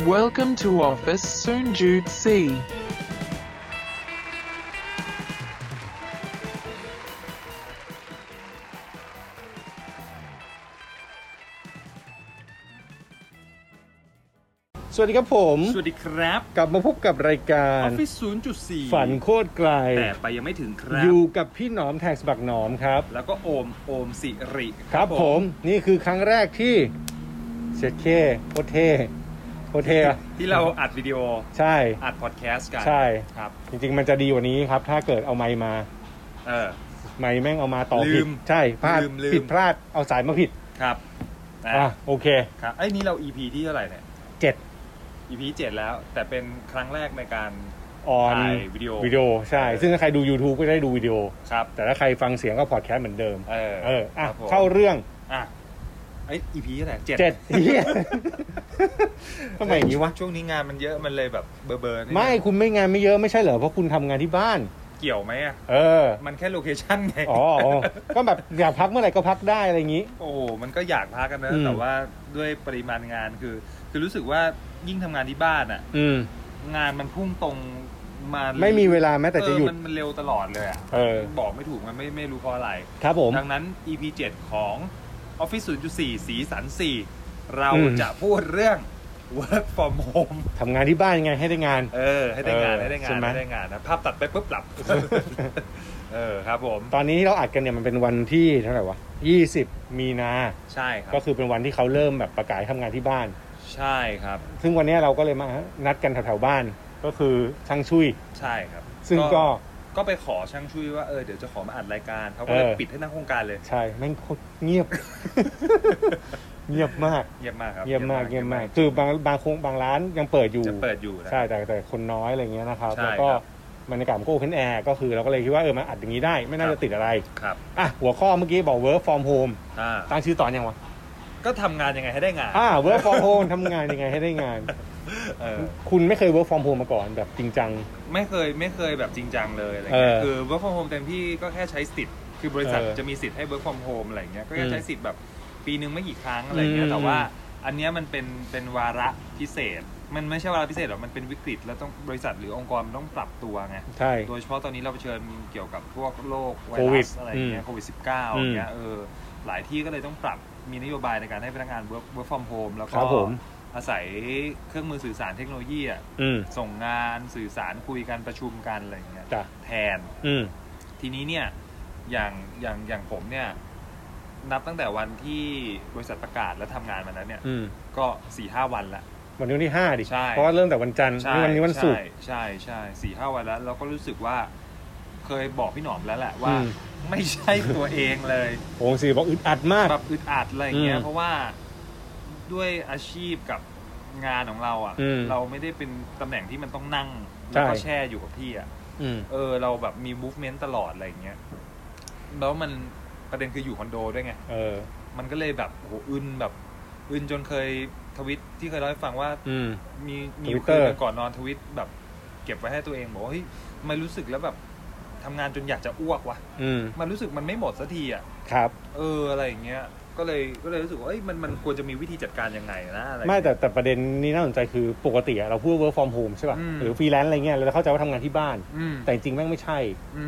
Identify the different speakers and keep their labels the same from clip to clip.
Speaker 1: Welcome to office soon Jude C.
Speaker 2: สวัสดีครับผม
Speaker 3: สวัสดีครับ
Speaker 2: กลับมาพบกับรายการ
Speaker 3: ออฟฟิศ0.4
Speaker 2: ฝันโคตรไกล
Speaker 3: แต่ไปยังไม่ถึงครับ
Speaker 2: อยู่กับพี่หนอมแท็กสะบักหนอมครับ
Speaker 3: แล้วก็โอม โอมสิริ
Speaker 2: ครับผมนี่คือครั้งแรกที่เสียเคโอเทโอเทอะ
Speaker 3: ที่เราอัดวิดีโอ
Speaker 2: ใช่
Speaker 3: อัดพอดแคสต์กัน
Speaker 2: ใช่
Speaker 3: ครับ
Speaker 2: จริงๆมันจะดีกว่านี้ครับ ถ้าเกิดเอาไมค์มา
Speaker 3: เออ
Speaker 2: ไมค์แม่งเอามาต่อ
Speaker 3: ลื
Speaker 2: ผิด
Speaker 3: ม
Speaker 2: ใช่พลาด
Speaker 3: ลืมลืม
Speaker 2: ผิดพลาดเอาสายมาผิด
Speaker 3: ครับนะ
Speaker 2: อ่ะโอเค
Speaker 3: ครับไอ้ยนี่เรา EP ที่เท่าไหร่เนี่ย
Speaker 2: เจ็ด
Speaker 3: EP เจ็ดแล้ว แต่เป็นครั้งแรกในการ
Speaker 2: ออน
Speaker 3: ถ่ายวิดีโอ
Speaker 2: วิดีโอใช่
Speaker 3: เออ
Speaker 2: ซึ่งถ้าใครดู YouTube ก็ได้ดูวิดีโอ
Speaker 3: ครับ
Speaker 2: แต่ถ้าใครฟังเสียงก็พอดแคสต์เหมือนเดิม
Speaker 3: เออ
Speaker 2: เอออ่ะ
Speaker 3: ครับผม
Speaker 2: เข้าเรื่อง
Speaker 3: อ่ะไอ้ย EP เท่าไหร่เจ็ด
Speaker 2: เจ็ด เหี้ยทำไมอย่างนี้วะ
Speaker 3: ช่วงนี้งานมันเยอะมันเลยแบบเบอร์เบอร์
Speaker 2: ไม่ คุณไม่งานไม่เยอะไม่ใช่เหรอ เพราะคุณทำงานที่บ้าน
Speaker 3: เกี่ยวไหมอ่ะ
Speaker 2: เออ
Speaker 3: มันแค่โลเคชั่นไง
Speaker 2: อ๋ออ๋อก็แบบอยากพักเมื่อไหร่ก็พักได้อะไรอย่างนี้
Speaker 3: โอ้โหมันก็อยากพักกันนะ
Speaker 2: อืม
Speaker 3: แต่ว่าด้วยปริมาณงานคือ คือรู้สึกว่ายิ่งทำงานที่บ้านอะ่ะ
Speaker 2: อืม
Speaker 3: งานมันพุ่งตรงมา
Speaker 2: ไม่มีเวลาแม้แต่จะหยุด
Speaker 3: เออมันมันเร็วตลอดเลยอะ
Speaker 2: เออ
Speaker 3: บอกไม่ถูกมันไม่ไม่รู้เพราะอะไร
Speaker 2: ครับผม
Speaker 3: ดังนั้น EP 7 ของ Office 0.4 สีสัน 4 เรา
Speaker 2: อืม
Speaker 3: จะพูดเรื่อง Work from Home
Speaker 2: ทำงานที่บ้านยังไงให้ได้งาน
Speaker 3: เออ ให้ได้งาน
Speaker 2: เออ
Speaker 3: ให้ได้งา
Speaker 2: ใช่
Speaker 3: น
Speaker 2: ไหม
Speaker 3: ให้ได้งานนะ ภาพตัดไปปุ๊บ หลับ เออครับผม
Speaker 2: ตอนนี้ที่เราอัดกันเนี่ยมันเป็นวันที่เท่าไหร่วะยี่สิบมีนา
Speaker 3: ใช่ครับ
Speaker 2: ก็คือเป็นวันที่เขาเริ่มแบบประกาศให้ทำงานที่บ้าน
Speaker 3: ใช่ครับ
Speaker 2: ซึ่งวันเนี้ยเราก็เลยมานัดกันแถวๆบ้าน ก็คือช่างชุย
Speaker 3: ใช่ครับ
Speaker 2: ซึ่งก็
Speaker 3: ก็ไปขอช่างช่วยว่าเออเดี๋ยวจะขอมาอัดรายการเขาก็เลย
Speaker 2: เออ
Speaker 3: ปิดให้นั่งโครงการเลย
Speaker 2: ใช่แม่งโคตรเงียบ เงียบมาก
Speaker 3: เยี่ยมมากครับ
Speaker 2: เยี่ยมมากเยี่ยมมากคือบางบางคงบางร้านยังเปิดอยู่
Speaker 3: จะเปิดอยู่นะ
Speaker 2: ใช่แต่แต่คนน้อยอะไรเงี้ยนะครับ
Speaker 3: ใช่
Speaker 2: แล้วก็
Speaker 3: ครับ
Speaker 2: บรรยากาศมันก็เ p นแอร์ก็คือเราก็เลยคิดว่าเออมันอัดอย่างนี้ได้ไม่น่าจะติดอะไร
Speaker 3: ครับ
Speaker 2: อ่ะหัวข้อเมื่อกี้บอก work from home
Speaker 3: อ่า
Speaker 2: ตั้งชื่อตอนยังวะ
Speaker 3: ก็ทำงานยังไงให้ได้งาน
Speaker 2: อ่า work from home ทำงานยังไงให้ได้งาน
Speaker 3: เออ
Speaker 2: คุณไม่เคย work from home มาก่อนแบบจริงจัง
Speaker 3: ไม่เคยไม่เคยแบบจริงจังเลยอะไร
Speaker 2: เออ
Speaker 3: เงี้
Speaker 2: ย
Speaker 3: คือ work from home เต็มที่ก็แค่ใช้สิทธิ์คือบริษัท
Speaker 2: เออ
Speaker 3: จะมีสิทธิ์ให้ work from home อะไรเงี้ยก็แค่
Speaker 2: อืม
Speaker 3: ใช้สิทธิ์แบบปีนึงไม่กี่ครั้งอะไรเงี้
Speaker 2: อื
Speaker 3: ย
Speaker 2: ม
Speaker 3: แต่ว่า อันเนี้ยมันเป็นเป็นวาระพิเศษ มันไม่ใช่วาระพิเศษหรอกมันเป็นวิกฤตแล้วต้องบริษัทหรือองค์กรมันต้องปรับตัวไง
Speaker 2: ใช่
Speaker 3: โดยเฉพาะตอนนี้เราเผชิญเกี่ยวกับพวกโรคไว
Speaker 2: โควิ
Speaker 3: รั
Speaker 2: ด
Speaker 3: สอะไรอย่างเงี้
Speaker 2: อืม
Speaker 3: ยโควิด -19 อย่างเงี้ยเออหลายที่ก็เลยต้องปรับมีนโยบายในการให้พนักงาน work work from home แล้ว
Speaker 2: ค
Speaker 3: ก็
Speaker 2: รับผม
Speaker 3: อาศัยเครื่องมือสื่อสารเทคโนโลยีอะ
Speaker 2: อืม
Speaker 3: ส่งงานสื่อสารคุยกันประชุมกันอะไรอย่างเงี้ย
Speaker 2: จ้ะ
Speaker 3: แทน
Speaker 2: อืม
Speaker 3: ทีนี้เนี่ยอย่างอย่างอย่างผมเนี่ย นับตั้งแต่วันที่บริษัทประกาศและทำงานมานั้นเนี่ย
Speaker 2: อืม
Speaker 3: ก็สี่ห้าวันละ
Speaker 2: วันนี้วันที่ห้าดิ
Speaker 3: ใช่
Speaker 2: เพราะว่าเริ่มแต่วันจันทร์
Speaker 3: ใช่
Speaker 2: นี่วันนี้วันศุกร์
Speaker 3: ใช่ใช่สี่ห้าวันแล้วเราก็รู้สึกว่า เคยบอกพี่หนอมแล้วแหละว่า
Speaker 2: อืม
Speaker 3: ไม่ใช่ตัวเอง เลย
Speaker 2: โอ้โหสิบอกอึดอัดมาก
Speaker 3: แบบอึดอัดอะไรอย่างเงี้
Speaker 2: อืม
Speaker 3: ยเพราะว่าด้วยอาชีพกับงานของเรา
Speaker 2: อืม
Speaker 3: อะ่ะ เราไม่ได้เป็นตำแหน่งที่มันต้องนั่ง แล้วก็
Speaker 2: ใช่
Speaker 3: แช่อยู่กับที่อะ่ะ
Speaker 2: อืม
Speaker 3: เออเราแบบมี movement ตลอดอะไรอย่างเงี้ยแล้วมันประเด็นคืออยู่คอนโดด้วยไง
Speaker 2: เออ
Speaker 3: มันก็เลยแบบโอ้โหอึนแบบอึนจนเคยทวิตที่เคยเล่าให้ฟังว่า
Speaker 2: อืม
Speaker 3: มีมี
Speaker 2: Twitter
Speaker 3: คืนหนึ่งก่อนนอนทวิตแบบ เก็บไว้ให้ตัวเองบอกว่าเฮ้ยมันรู้สึกแล้วแบบทำงานจนอยากจะอ้วกว่ะ
Speaker 2: อืม
Speaker 3: มันรู้สึกมันไม่หมดสักทีอ่ะ
Speaker 2: ครับ
Speaker 3: เอออะไรอย่างเงี้ย ก็เลยก็เลยรู้สึกว่าเอ้ยมันมันควรจะมีวิธีจัดการยังไงนะอะไร
Speaker 2: ไม่แต่แต่ประเด็นนี้น่าสนใจคือปกติอะเราพูด work from home ใช่ป่ะ
Speaker 3: อืม
Speaker 2: หรือฟรีแลนซ์อะไรเงี้ยเราจะเข้าใจว่าทำงานที่บ้าน
Speaker 3: อืม
Speaker 2: แต่จริงๆแม่งไม่ใช่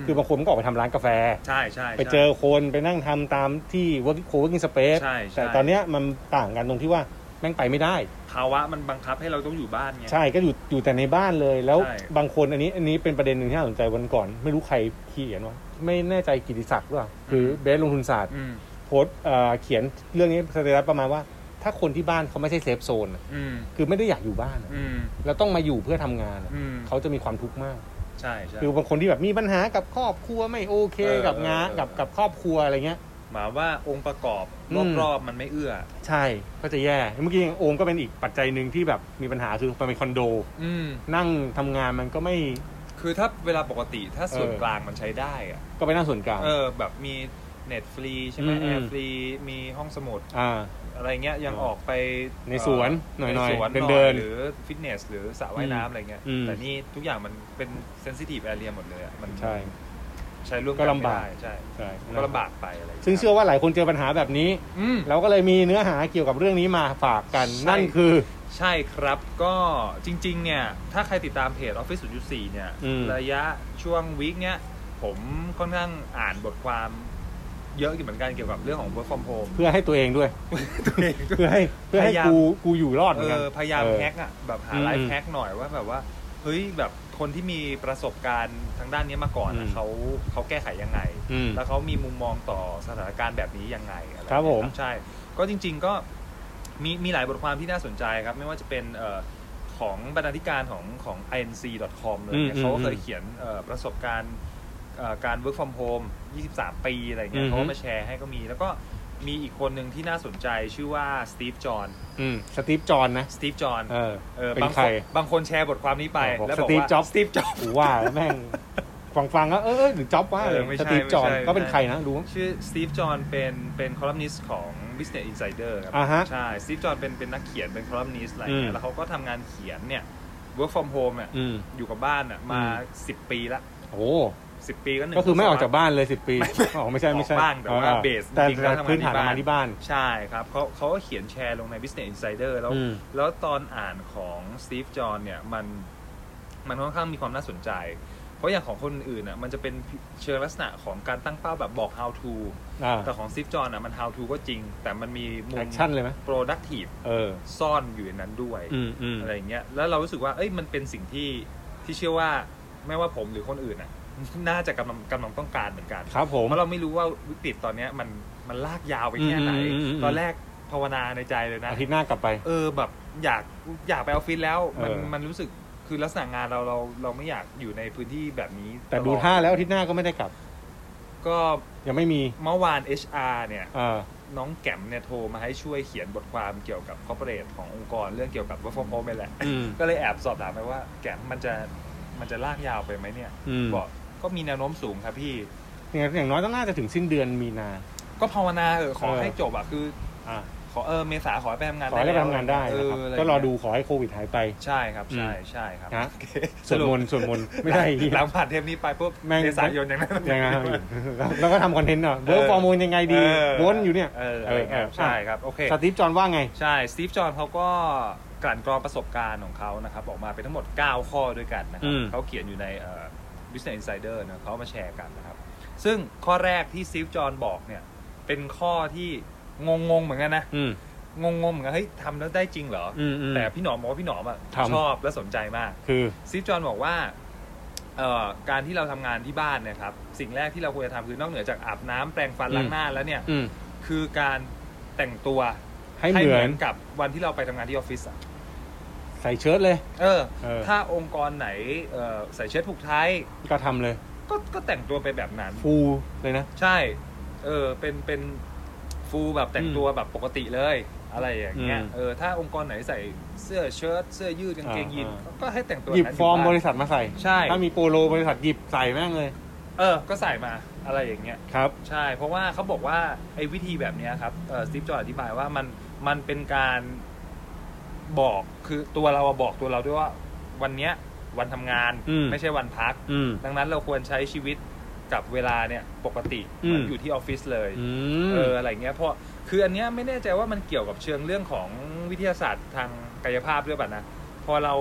Speaker 3: ม
Speaker 2: คือบางคนก็ออกไปทำร้านกาแฟ
Speaker 3: ใช่ใช่ใช่
Speaker 2: ไปเจอคนไปนั่งทำตามที่ work co-working space
Speaker 3: ใช่ใช่
Speaker 2: แต่ตอนเนี้ยมันต่างกันตรงที่ว่าแม่งไปไม่ได้
Speaker 3: ภาวะมันบังคับให้เราต้องอยู่บ้านไง
Speaker 2: ใช่ก็อยู่อยู่แต่ในบ้านเลยแล้ว
Speaker 3: ใช่
Speaker 2: บางคนอันนี้อันนี้เป็นประเด็นหนึ่งที่น่าสนใจวันก่อน ไม่รู้ใครเขียนว่าไม่แน่ใจกิติศักดิ์หรือเปล่าคือเบสลงทุนศาสตร์
Speaker 3: อืม
Speaker 2: โพสต์เอ่อเขียนเรื่องนี้สเตตัสประมาณว่า ถ้าคนที่บ้านเขาไม่ใช่เซฟโซนอะ
Speaker 3: อืม
Speaker 2: คือไม่ได้อยากอยู่บ้านอะ
Speaker 3: อืม
Speaker 2: แล้วต้องมาอยู่เพื่อทำงานอะ
Speaker 3: อืม
Speaker 2: เขาจะมีความทุกข์มาก
Speaker 3: ใช่ใช่
Speaker 2: คือบางคนที่แบบมีปัญหากับครอบครัวไม่โอเค
Speaker 3: เออ
Speaker 2: กับงาน
Speaker 3: เออ
Speaker 2: กับกับครอบครัวอะไรเงี้ย
Speaker 3: หมายว่าองค์ประกอบ
Speaker 2: อืม
Speaker 3: รอบๆมันไม่เอื้อ
Speaker 2: ใช่ก็จะแย่เมื่อกี้อย่างโอมก็เป็นอีกปัจจัยหนึ่งที่แบบมีปัญหาคือไปเป็นคอนโด
Speaker 3: อืม
Speaker 2: นั่งทำงานมันก็ไม่
Speaker 3: คือถ้าเวลาปกติถ้าส่วน
Speaker 2: เออ
Speaker 3: กลางมันใช้ได้อ่ะ
Speaker 2: ก็ไปนั่งส่วนกลาง
Speaker 3: เออแบบมีเน็ตฟรีใช่ไหม
Speaker 2: อืมอื
Speaker 3: แอ
Speaker 2: ม
Speaker 3: ร์ฟรีมีห้องสมุด
Speaker 2: อ่า
Speaker 3: อะไรเงี้ยยัง
Speaker 2: เออ
Speaker 3: ออกไป
Speaker 2: ในสวนหน่อยๆ
Speaker 3: ใสว
Speaker 2: เดินๆ
Speaker 3: หอยหรือฟิตเนส หรือสระว่าย
Speaker 2: อืม
Speaker 3: น้ำอะไรเงี้ย
Speaker 2: อืม
Speaker 3: แต่นี่ทุกอย่างมันเป็นเซนซิทีฟแอเรียหมดเลยอะมัน
Speaker 2: ใช่
Speaker 3: ใช้ร่วมน
Speaker 2: ก็ลำบาก
Speaker 3: ไม่ได้ใช่
Speaker 2: ใช่
Speaker 3: ก็ลำบากไปอะไรย่ย
Speaker 2: ซึ่งเชื่อว่าหลายคนเจอปัญหาแบบนี้
Speaker 3: อืม
Speaker 2: เราก็เลยมีเนื้อหาเกี่ยวกับเรื่องนี้มาฝากกัน
Speaker 3: ใช่
Speaker 2: นั่นคือ
Speaker 3: ใช่ครับก็จริง ๆ เนี่ย ถ้าใครติดตามเพจ Office 0.4 เนี่ย
Speaker 2: อืม
Speaker 3: ระยะช่วงวีคเนี้ย ผมค่อนข้างอ่านบทความเยอะอยู่เหมือนกันเกี่ยวกับเรื่องของ work from home
Speaker 2: เพื่อให้ตัวเองด้วย เพื่อให้เพื่อให้
Speaker 3: พยายาม
Speaker 2: กูกูอยู่รอดเห
Speaker 3: เอ
Speaker 2: มือนกัน
Speaker 3: อพยายาม
Speaker 2: เออ
Speaker 3: แฮกอ่ะแบบหา
Speaker 2: อืม
Speaker 3: ไลฟ์แฮกหน่อยว่าแบบว่า เฮ้ยแบบคนที่มีประสบการณ์ทางด้านนี้มาก่อน
Speaker 2: อื
Speaker 3: อะ
Speaker 2: ม
Speaker 3: เขาเขาแก้ไขยังไง
Speaker 2: อืม
Speaker 3: แล้วเขามีมุมมองต่อสถานการณ์แบบนี้ยังไงอะไ
Speaker 2: ครับผม
Speaker 3: เงี้ยใช่ ก็จริง ๆก็มีมีหลายบทความที่น่าสนใจครับ ไม่ว่าจะเป็นเอ่อของบรรณาธิการของของ inc.com เลยเนี่ย
Speaker 2: อืม
Speaker 3: เขาก็เคย
Speaker 2: อืม
Speaker 3: เขียนเอ่อประสบการณ์เอ่อการ work from home 23 ปีอะไรเงี้
Speaker 2: อื
Speaker 3: ย
Speaker 2: อฮึ
Speaker 3: เขาก็มาแชร์ให้ก็มี แล้วก็มีอีกคนหนึ่งที่น่าสนใจชื่อว่าสตีฟจอห์น
Speaker 2: อืมสตีฟจอห์นนะ
Speaker 3: สตีฟจอห์น
Speaker 2: เออ
Speaker 3: เออ
Speaker 2: เป็น
Speaker 3: บาง
Speaker 2: ใคร
Speaker 3: คนบางคนแชร์บทความนี้ไป
Speaker 2: อ๋อบอก
Speaker 3: แล้วบอ
Speaker 2: ส
Speaker 3: ก
Speaker 2: ตีฟ
Speaker 3: ว่า
Speaker 2: จ็อบ
Speaker 3: สตีฟจ็อบ
Speaker 2: กู ว่าแล้วแม่งฟังฟังๆก็เออหรือจ็อบว่า
Speaker 3: เออ
Speaker 2: เลย
Speaker 3: ไม่ใช่
Speaker 2: สตีฟจอห์น
Speaker 3: ไม่ใช่
Speaker 2: ก็เป็นใครนะรู้
Speaker 3: ชื่อสตีฟจอห์นเป็นเป็นคอลัมนิสต์ของ Business Insider ครับ
Speaker 2: อ่าฮะ
Speaker 3: ใช่สตีฟจอห์นเป็นเป็นนักเขียนเป็นคอลัมนิสต์อะไร
Speaker 2: อื
Speaker 3: เงี้
Speaker 2: ม
Speaker 3: ยแล้วเขาก็ทำงานเขียนเนี่ย work from home อ่ะ
Speaker 2: อืม
Speaker 3: อยู่กับบ้านอ่ะมา
Speaker 2: อืม
Speaker 3: สิบปีละ
Speaker 2: โอ้
Speaker 3: สิบปีก็หนึ่ง
Speaker 2: ก็คือไม่ออกจากบ้านเลยสิบปีอ๋อไม่ใช่ไม่ใช่
Speaker 3: ออกบ้างแต่ว่า
Speaker 2: อ๋อ
Speaker 3: เบส
Speaker 2: แต่
Speaker 3: จริงๆ
Speaker 2: แต่
Speaker 3: แล้วทำงาน
Speaker 2: พื้นฐาน
Speaker 3: ที่
Speaker 2: ทำ
Speaker 3: บ้าน
Speaker 2: งานที่บ้าน
Speaker 3: ใช่ครับเขาเขาก็เขียนแชร์ลงใน Business Insider แล้ว
Speaker 2: อืม
Speaker 3: แล้วตอนอ่านของสตีฟจอห์นเนี่ยมันมันค่อนข้างมีความน่าสนใจ เพราะอย่างของคนอื่นอ่ะมันจะเป็นเชิงลักษณะของการตั้งเป้าแบบบอก how to
Speaker 2: อ่า
Speaker 3: แต่ของซิฟจอนอ่ะมัน how to ก็จริง แต่มันมีมุ
Speaker 2: แอ
Speaker 3: ม
Speaker 2: คชั่นเลยไหม
Speaker 3: productive
Speaker 2: เออ
Speaker 3: ซ่อนอยู่ในนั้นด้วย
Speaker 2: อืมอืม
Speaker 3: อะไรอย่างเงี้ยแล้วเรารู้สึกว่าเอ้ยมันเป็นสิ่งที่ที่เชื่อว่าไม่ว่าผมหรือคนอื่นอ่ะ น่าจะกำลังกำลังต้องการเหมือนกัน
Speaker 2: ครับผม
Speaker 3: เพราะเราไม่รู้ว่าวิกฤตตอนเนี้ยมันมันลากยาวไปแค่ไหน
Speaker 2: อืมอืมอืม
Speaker 3: ตอนแรกภาวนาในใจเลยนะ
Speaker 2: อาทิตย์หน้ากลับไป
Speaker 3: เออแบบอยากอยากไปออฟฟิศแล้วมัน
Speaker 2: เออ
Speaker 3: มันรู้สึกคือลักษณะงานเราเราเราไม่อยากอยู่ในพื้นที่แบบนี้
Speaker 2: แต่
Speaker 3: ลอ
Speaker 2: ดูท่าแล้วอาทิตย์หน้าก็ไม่ได้กลับ
Speaker 3: ก็
Speaker 2: ยังไม่มี
Speaker 3: เมื่อวาน HR เนี่ย
Speaker 2: เออ
Speaker 3: น้องแก้มเนี่ยโทรมาให้ช่วยเขียนบทความเกี่ยวกับคอร์ปอเรทขององค์กรเรื่องเกี่ยวกับว่าฟอร์มโอมแหละ
Speaker 2: อืม
Speaker 3: ก็เลยแอบสอบถามไปว่าแก้มมันจะมันจะลากยาวไปไหมเนี่ย
Speaker 2: อืม
Speaker 3: บอกก็มีแนวโน้มสูงครับพี่
Speaker 2: อย่างอย่างน้อยต้องน่าจะถึงสิ้นเดือนมีนา
Speaker 3: ก็ภาวนาเออขอ
Speaker 2: เออ
Speaker 3: ให้จบอะคือ
Speaker 2: อ่า
Speaker 3: ขอเออเมษาขอให้ไปทำงาน
Speaker 2: ขอให้ได้ไปทำงานได้
Speaker 3: เอ
Speaker 2: นะ
Speaker 3: อ
Speaker 2: ครับ
Speaker 3: ะไเงี้ย
Speaker 2: ก็รอดูขอให้โควิดหายไป
Speaker 3: ใช่ครับใช่
Speaker 2: อืม
Speaker 3: ใช่ครับ
Speaker 2: นะ
Speaker 3: โอเค
Speaker 2: สวดมนต์สวดมนต์ไม่ได้อีก
Speaker 3: หลังผ่านเทปนี้ไปปุ๊บ
Speaker 2: แม่ง
Speaker 3: เมษายนยังไง
Speaker 2: ยังไงครับแล้วก็ทำคอนเทนต์อ่ะเวิร์กฟอร์มูลยังไงดี
Speaker 3: เออ
Speaker 2: วนอยู่เนี่ย
Speaker 3: เอออะไรเงี้ยใช่ครับโอเค
Speaker 2: สตีฟจอห์นว่าไง
Speaker 3: ใช่ สตีฟ จอห์นเขาก็กลั่นกรองประสบการณ์ของเขานะครับ ออกมาเป็นทั้งหมด 9 ข้อด้วยกันนะครั
Speaker 2: อื
Speaker 3: บ
Speaker 2: ม
Speaker 3: เขาเขียนอยู่ในเอ่อ Business Insider นะเขาเอามาแชร์กันนะครับ ซึ่งข้อแรกที่สตีฟ จอห์นบอกเนี่ย เป็นข้อที่งงงๆเหมือนกันนะ
Speaker 2: อืม
Speaker 3: งงงๆเหมือนกัน เฮ้ยทำแล้วได้จริงเหรออ
Speaker 2: อืมอืม
Speaker 3: แต่พี่หนอมบอกว่าพี่หนอมอะ
Speaker 2: ทำ
Speaker 3: ชอบและสนใจมาก
Speaker 2: คือ
Speaker 3: ซิฟจอห์นบอกว่าเอ่อการที่เราทำงานที่บ้านเนยครับ สิ่งแรกที่เราควรจะทำคือนอกเหนือจากอาบน้ำแปรงฟัน
Speaker 2: อืม
Speaker 3: ล้างหน้าแล้วเนี่ย
Speaker 2: อืม
Speaker 3: คือการแต่งตัว
Speaker 2: ให้เหมือน
Speaker 3: กับวันที่เราไปทำงานที่ออฟฟิศอะ
Speaker 2: ใส่เชิ้ตเลย
Speaker 3: เออ
Speaker 2: เออ
Speaker 3: ถ้าองค์กรไหนเอ่อใส่เชิ้ตผูกไทย
Speaker 2: ก็ทำเลย
Speaker 3: ก็ก็แต่งตัวไปแบบนั้น
Speaker 2: ฟูเลยนะ
Speaker 3: ใช่ เออ เป็น เป็นฟูลแบบแต่งตัวแบบปกติเลย อะไรอย่างเงี้ย
Speaker 2: อืม
Speaker 3: เออ ถ้าองค์กรไหนใส่เสื้อเชิ้ตเสื้อยืดกางเกงยีนส์
Speaker 2: อ่า
Speaker 3: ก็ให้แต่งตัว
Speaker 2: หยิบ
Speaker 3: นั้น
Speaker 2: ฟอร์ม
Speaker 3: ยู่
Speaker 2: บ
Speaker 3: บ้าน
Speaker 2: ริษัทมาใส่
Speaker 3: ใช่
Speaker 2: ถ้ามีโปโลบริษัทหยิบใส่แม่งเลย
Speaker 3: เออ ก็ใส่มา อะไรอย่างเงี้ย
Speaker 2: ครับ
Speaker 3: ใช่ เพราะว่าเขาบอกว่าไอ้วิธีแบบเนี้ยครับ เออสตีฟจอร์อธิบายว่ามัน มันเป็นการบอก คือตัวเราอะบอกตัวเราด้วยว่า วันเนี้ย วันทำงาน
Speaker 2: อืม
Speaker 3: ไม่ใช่วันพัก
Speaker 2: อืม
Speaker 3: ดังนั้นเราควรใช้ชีวิตกับเวลาเนี่ยปกติ
Speaker 2: อืม
Speaker 3: เหมือนอยู่ที่ออฟฟิศเลย
Speaker 2: อื
Speaker 3: เออ
Speaker 2: ม
Speaker 3: อะไรเงี้ยเพราะคืออันเนี้ยไม่แน่ใจว่ามันเกี่ยวกับเชิงเรื่องของวิทยาศาสตร์ทางกายภาพด้วยป่ะนะ พอเรา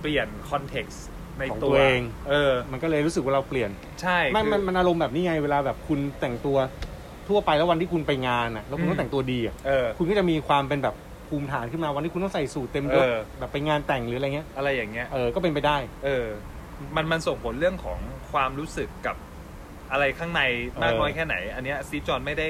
Speaker 3: เปลี่ยนคอนเท็กซ์ใน
Speaker 2: ของตั
Speaker 3: ตัว ว
Speaker 2: เอง
Speaker 3: เออ
Speaker 2: มันก็เลยรู้สึกว่าเราเปลี่ยน
Speaker 3: ใช่
Speaker 2: ไมัน
Speaker 3: คือ
Speaker 2: มันมันอารมณ์แบบนี้ไงเวลาแบบคุณแต่งตัวทั่วไปแล้ววันที่คุณไปงานอ่ะแล้วคุณ
Speaker 3: อืม
Speaker 2: ต้องแต่งตัวดีอ่ะ
Speaker 3: เออ
Speaker 2: คุณก็จะมีความเป็นแบบภูมิฐานขึ้นมาวันที่คุณต้องใส่สูทเต็มยศ
Speaker 3: เออ
Speaker 2: แบบไปงานแต่งหรืออะไรเงี้ย
Speaker 3: อะไรอย่างเงี้ย
Speaker 2: เออก็เป็นไปได้
Speaker 3: เออ มันมันส่งผลเรื่องของความรู้สึกกับอะไรข้างในมาก
Speaker 2: เออ
Speaker 3: น้อยแค่ไหน อันเนี้ยซีฟจอห์นไม่ได้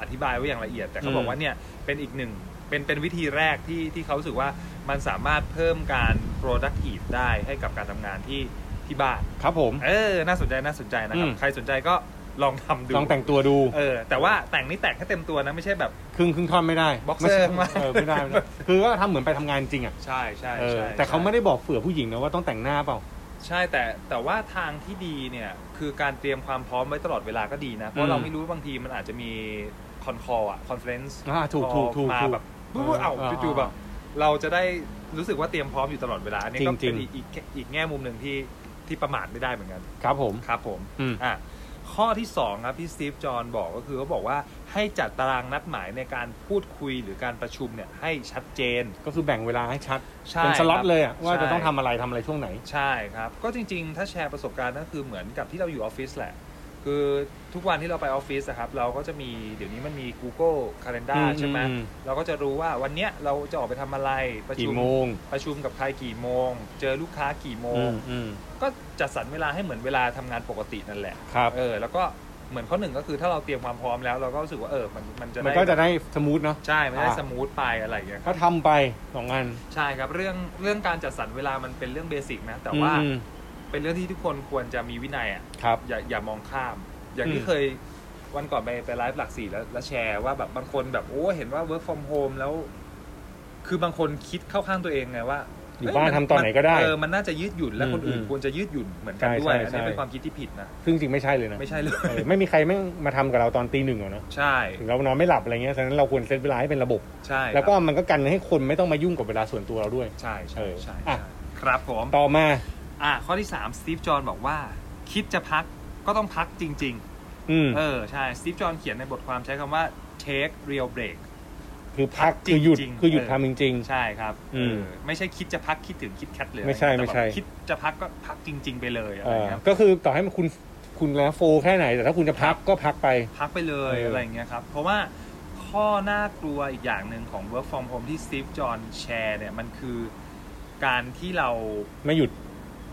Speaker 3: อธิบายไว้อย่างละเอียด แต่เขา
Speaker 2: อืม
Speaker 3: บอกว่าเนี่ยเป็นอีกหนึ่งเป็นเป็นวิธีแรกที่ที่เขารู้สึกว่ามันสามารถเพิ่มการ productive ได้ให้กับการทำงานที่ที่บ้าน
Speaker 2: ครับผม
Speaker 3: เออ น่าสนใจน่าสนใจนะครับ
Speaker 2: อืม
Speaker 3: ใครสนใจก็ลองทำดู
Speaker 2: ลองแต่งตัวดู
Speaker 3: เออ แต่ว่าแต่งนี่แต่งให้เต็มตัวนะ ไม่ใช่แบบ
Speaker 2: ครึ่งครึ่งท่อนไม่ได้
Speaker 3: บ็อกเซอร์
Speaker 2: ไม่ใช่
Speaker 3: มาก
Speaker 2: เออไม่ได้ไม่ได้คือก็ทำเหมือนไปทำงานจริงอ่ะ
Speaker 3: ใช่ใช่
Speaker 2: เออ
Speaker 3: ใช่
Speaker 2: แต่เขา
Speaker 3: ใช่
Speaker 2: ไม่ได้บอกเผื่อผู้หญิงนะว่าต้องแต่งหน้าเปล่า
Speaker 3: ใช่แต่แต่ว่าทางที่ดีเนี่ยคือการเตรียมความพร้อมไว้ตลอดเวลาก็ดีนะ เพ
Speaker 2: อืม
Speaker 3: ราะเราไม่รู้บางทีมันอาจจะมีคอนคอร์อะคอนเฟรนซ์
Speaker 2: อ่าถูกถูกถูก
Speaker 3: มา
Speaker 2: ถูก
Speaker 3: แบบปุ๊บๆเอ้า
Speaker 2: อ่า
Speaker 3: จู่ๆแบบเราจะได้รู้สึกว่าเตรียมพร้อมอยู่ตลอดเวลาอันนี้ก็
Speaker 2: จริ
Speaker 3: เป็
Speaker 2: ง
Speaker 3: น
Speaker 2: ๆ
Speaker 3: อีกอีกอีกแง่มุมหนึ่งที่ที่ประมาทไม่ได้เหมือนกัน
Speaker 2: ครับผม
Speaker 3: ครับผม
Speaker 2: อืม
Speaker 3: อ่ะ ข้อที่สองครับที่สตีฟจอห์นบอกก็คือเขาบอกว่าให้จัดตารางนัดหมายในการพูดคุยหรือการประชุมเนี่ยให้ชัดเจน
Speaker 2: ก็คือแบ่งเวลาให้ชัด
Speaker 3: ใช่
Speaker 2: เป็นสล็อต
Speaker 3: ครับ
Speaker 2: เลยอะว่าจะ
Speaker 3: ใช่
Speaker 2: ต้องทำอะไรทำอะไรช่วงไหน
Speaker 3: ใช่ครับ ก็จริงๆ ถ้าแชร์ประสบการณ์ก็คือเหมือนกับที่เราอยู่ออฟฟิศแหละ คือทุกวันที่เราไปออฟฟิศนะครับ เราก็จะมีเดี๋ยวนี้มันมี Google Calendar
Speaker 2: อืม
Speaker 3: ใช่ไหม
Speaker 2: อืม
Speaker 3: เราก็จะรู้ว่าวันเนี้ยเราจะออกไปทำอะไรประ
Speaker 2: กี่
Speaker 3: ชุม
Speaker 2: โมง
Speaker 3: ประชุมกับใครกี่โมง เจอลูกค้ากี่โม
Speaker 2: อื
Speaker 3: ง
Speaker 2: มอืม
Speaker 3: ก็จัดสรรเวลาให้เหมือนเวลาทำงานปกตินั่นแหละ
Speaker 2: ครับ
Speaker 3: เออ แล้วก็เหมือนข้อหนึ่งก็คือถ้าเราเตรียมความพร้อมแล้ว เราก็รู้สึกว่าเออมันมันจะ
Speaker 2: มัน
Speaker 3: ได้
Speaker 2: ก็จะได้สมูทเนาะ
Speaker 3: ใช่มันได้
Speaker 2: อ่า
Speaker 3: สมูทไปอะไรอย่างเงี้ยครับ
Speaker 2: ก็ทำไปสองอัน
Speaker 3: ใช่ครับเรื่องเรื่องการจัดสรรเวลามันเป็นเรื่องเบสิกนะแต่ว่า
Speaker 2: อืม
Speaker 3: เป็นเรื่องที่ทุกคนควรจะมีวินัยอ่ะ
Speaker 2: ครับ
Speaker 3: อย่าอย่ามองข้าม อย่าง
Speaker 2: อื
Speaker 3: ที่
Speaker 2: ม
Speaker 3: เคยวันก่อนไปไปไลฟ์หลักสี่แล้วแล้วแชร์ว่าแบบบางคนแบบโอ้เห็นว่า work from home แล้ว คือบางคนคิดเข้าข้างตัวเองไงว่า
Speaker 2: อยู่
Speaker 3: เ
Speaker 2: บ้านทำตอนไหนก็ได้
Speaker 3: เออมันน่าจะยืดหยุ่นและคนอื่น
Speaker 2: อืม
Speaker 3: ควรจะยืดหยุ่นเหมือนกัน
Speaker 2: ใช่
Speaker 3: ด้วย
Speaker 2: ใช่
Speaker 3: อันนี้เป็
Speaker 2: ใช่
Speaker 3: นความคิดที่ผิดนะ
Speaker 2: ซึ่งจริงไม่ใช่เลยนะ
Speaker 3: ไม่ใช่เล
Speaker 2: เอย อไม่มีใครแม่งมาทำกับเราตอนตีหนึ่งหรอกเนาะ
Speaker 3: ใช่
Speaker 2: ถึงเรานอนไม่หลับอะไรเงี้ยฉะนั้นเราควรเซตเวลาให้เป็นระบบ
Speaker 3: ใช่
Speaker 2: แล้วก็มันก็กันให้คนไม่ต้องมายุ่งกับเวลาส่วนตัวเราด้วย
Speaker 3: ใช่ใช่
Speaker 2: เออ
Speaker 3: ใช่
Speaker 2: อ่ะ
Speaker 3: ใช่ครับผม
Speaker 2: ต่อมา
Speaker 3: อ่ะข้อที่3สตีฟจอห์นบอกว่า คิดจะพักก็ต้องพักจริง ๆ
Speaker 2: อืม
Speaker 3: เออใช่สตีฟจอห์นเขียนในบทความใช้คำว่า take real break
Speaker 2: คือพัก
Speaker 3: พักจริ
Speaker 2: คือ
Speaker 3: ง
Speaker 2: หยุด
Speaker 3: จริง
Speaker 2: คือหยุด
Speaker 3: เออ
Speaker 2: ทำจริง
Speaker 3: ใช่ครับ
Speaker 2: อืม
Speaker 3: เออไม่ใช่คิดจะพักคิดถึงคิดแคทเลย
Speaker 2: ไม่ใช่
Speaker 3: อะรเงี้ย
Speaker 2: ไม่ใช่
Speaker 3: แต่แบบคิดจะพักก็พักจริง ๆ ไปเลย
Speaker 2: ๆ
Speaker 3: อะ
Speaker 2: เอ
Speaker 3: ไร
Speaker 2: อ
Speaker 3: เงี้ย
Speaker 2: ก็คือต่อให้มันคุณคุณแล้วโฟแค่ไหน แต่ถ้าคุณจะพักก็พักไป
Speaker 3: พักไปเลย
Speaker 2: เอออ
Speaker 3: อะไรเงี้ยครับ เพราะว่าข้อน่ากลัวอีกอย่างหนึ่งของ work from home ที่สตีฟจอห์นแชร์เนี่ยมันคือการที่เรา
Speaker 2: ไม่หยุด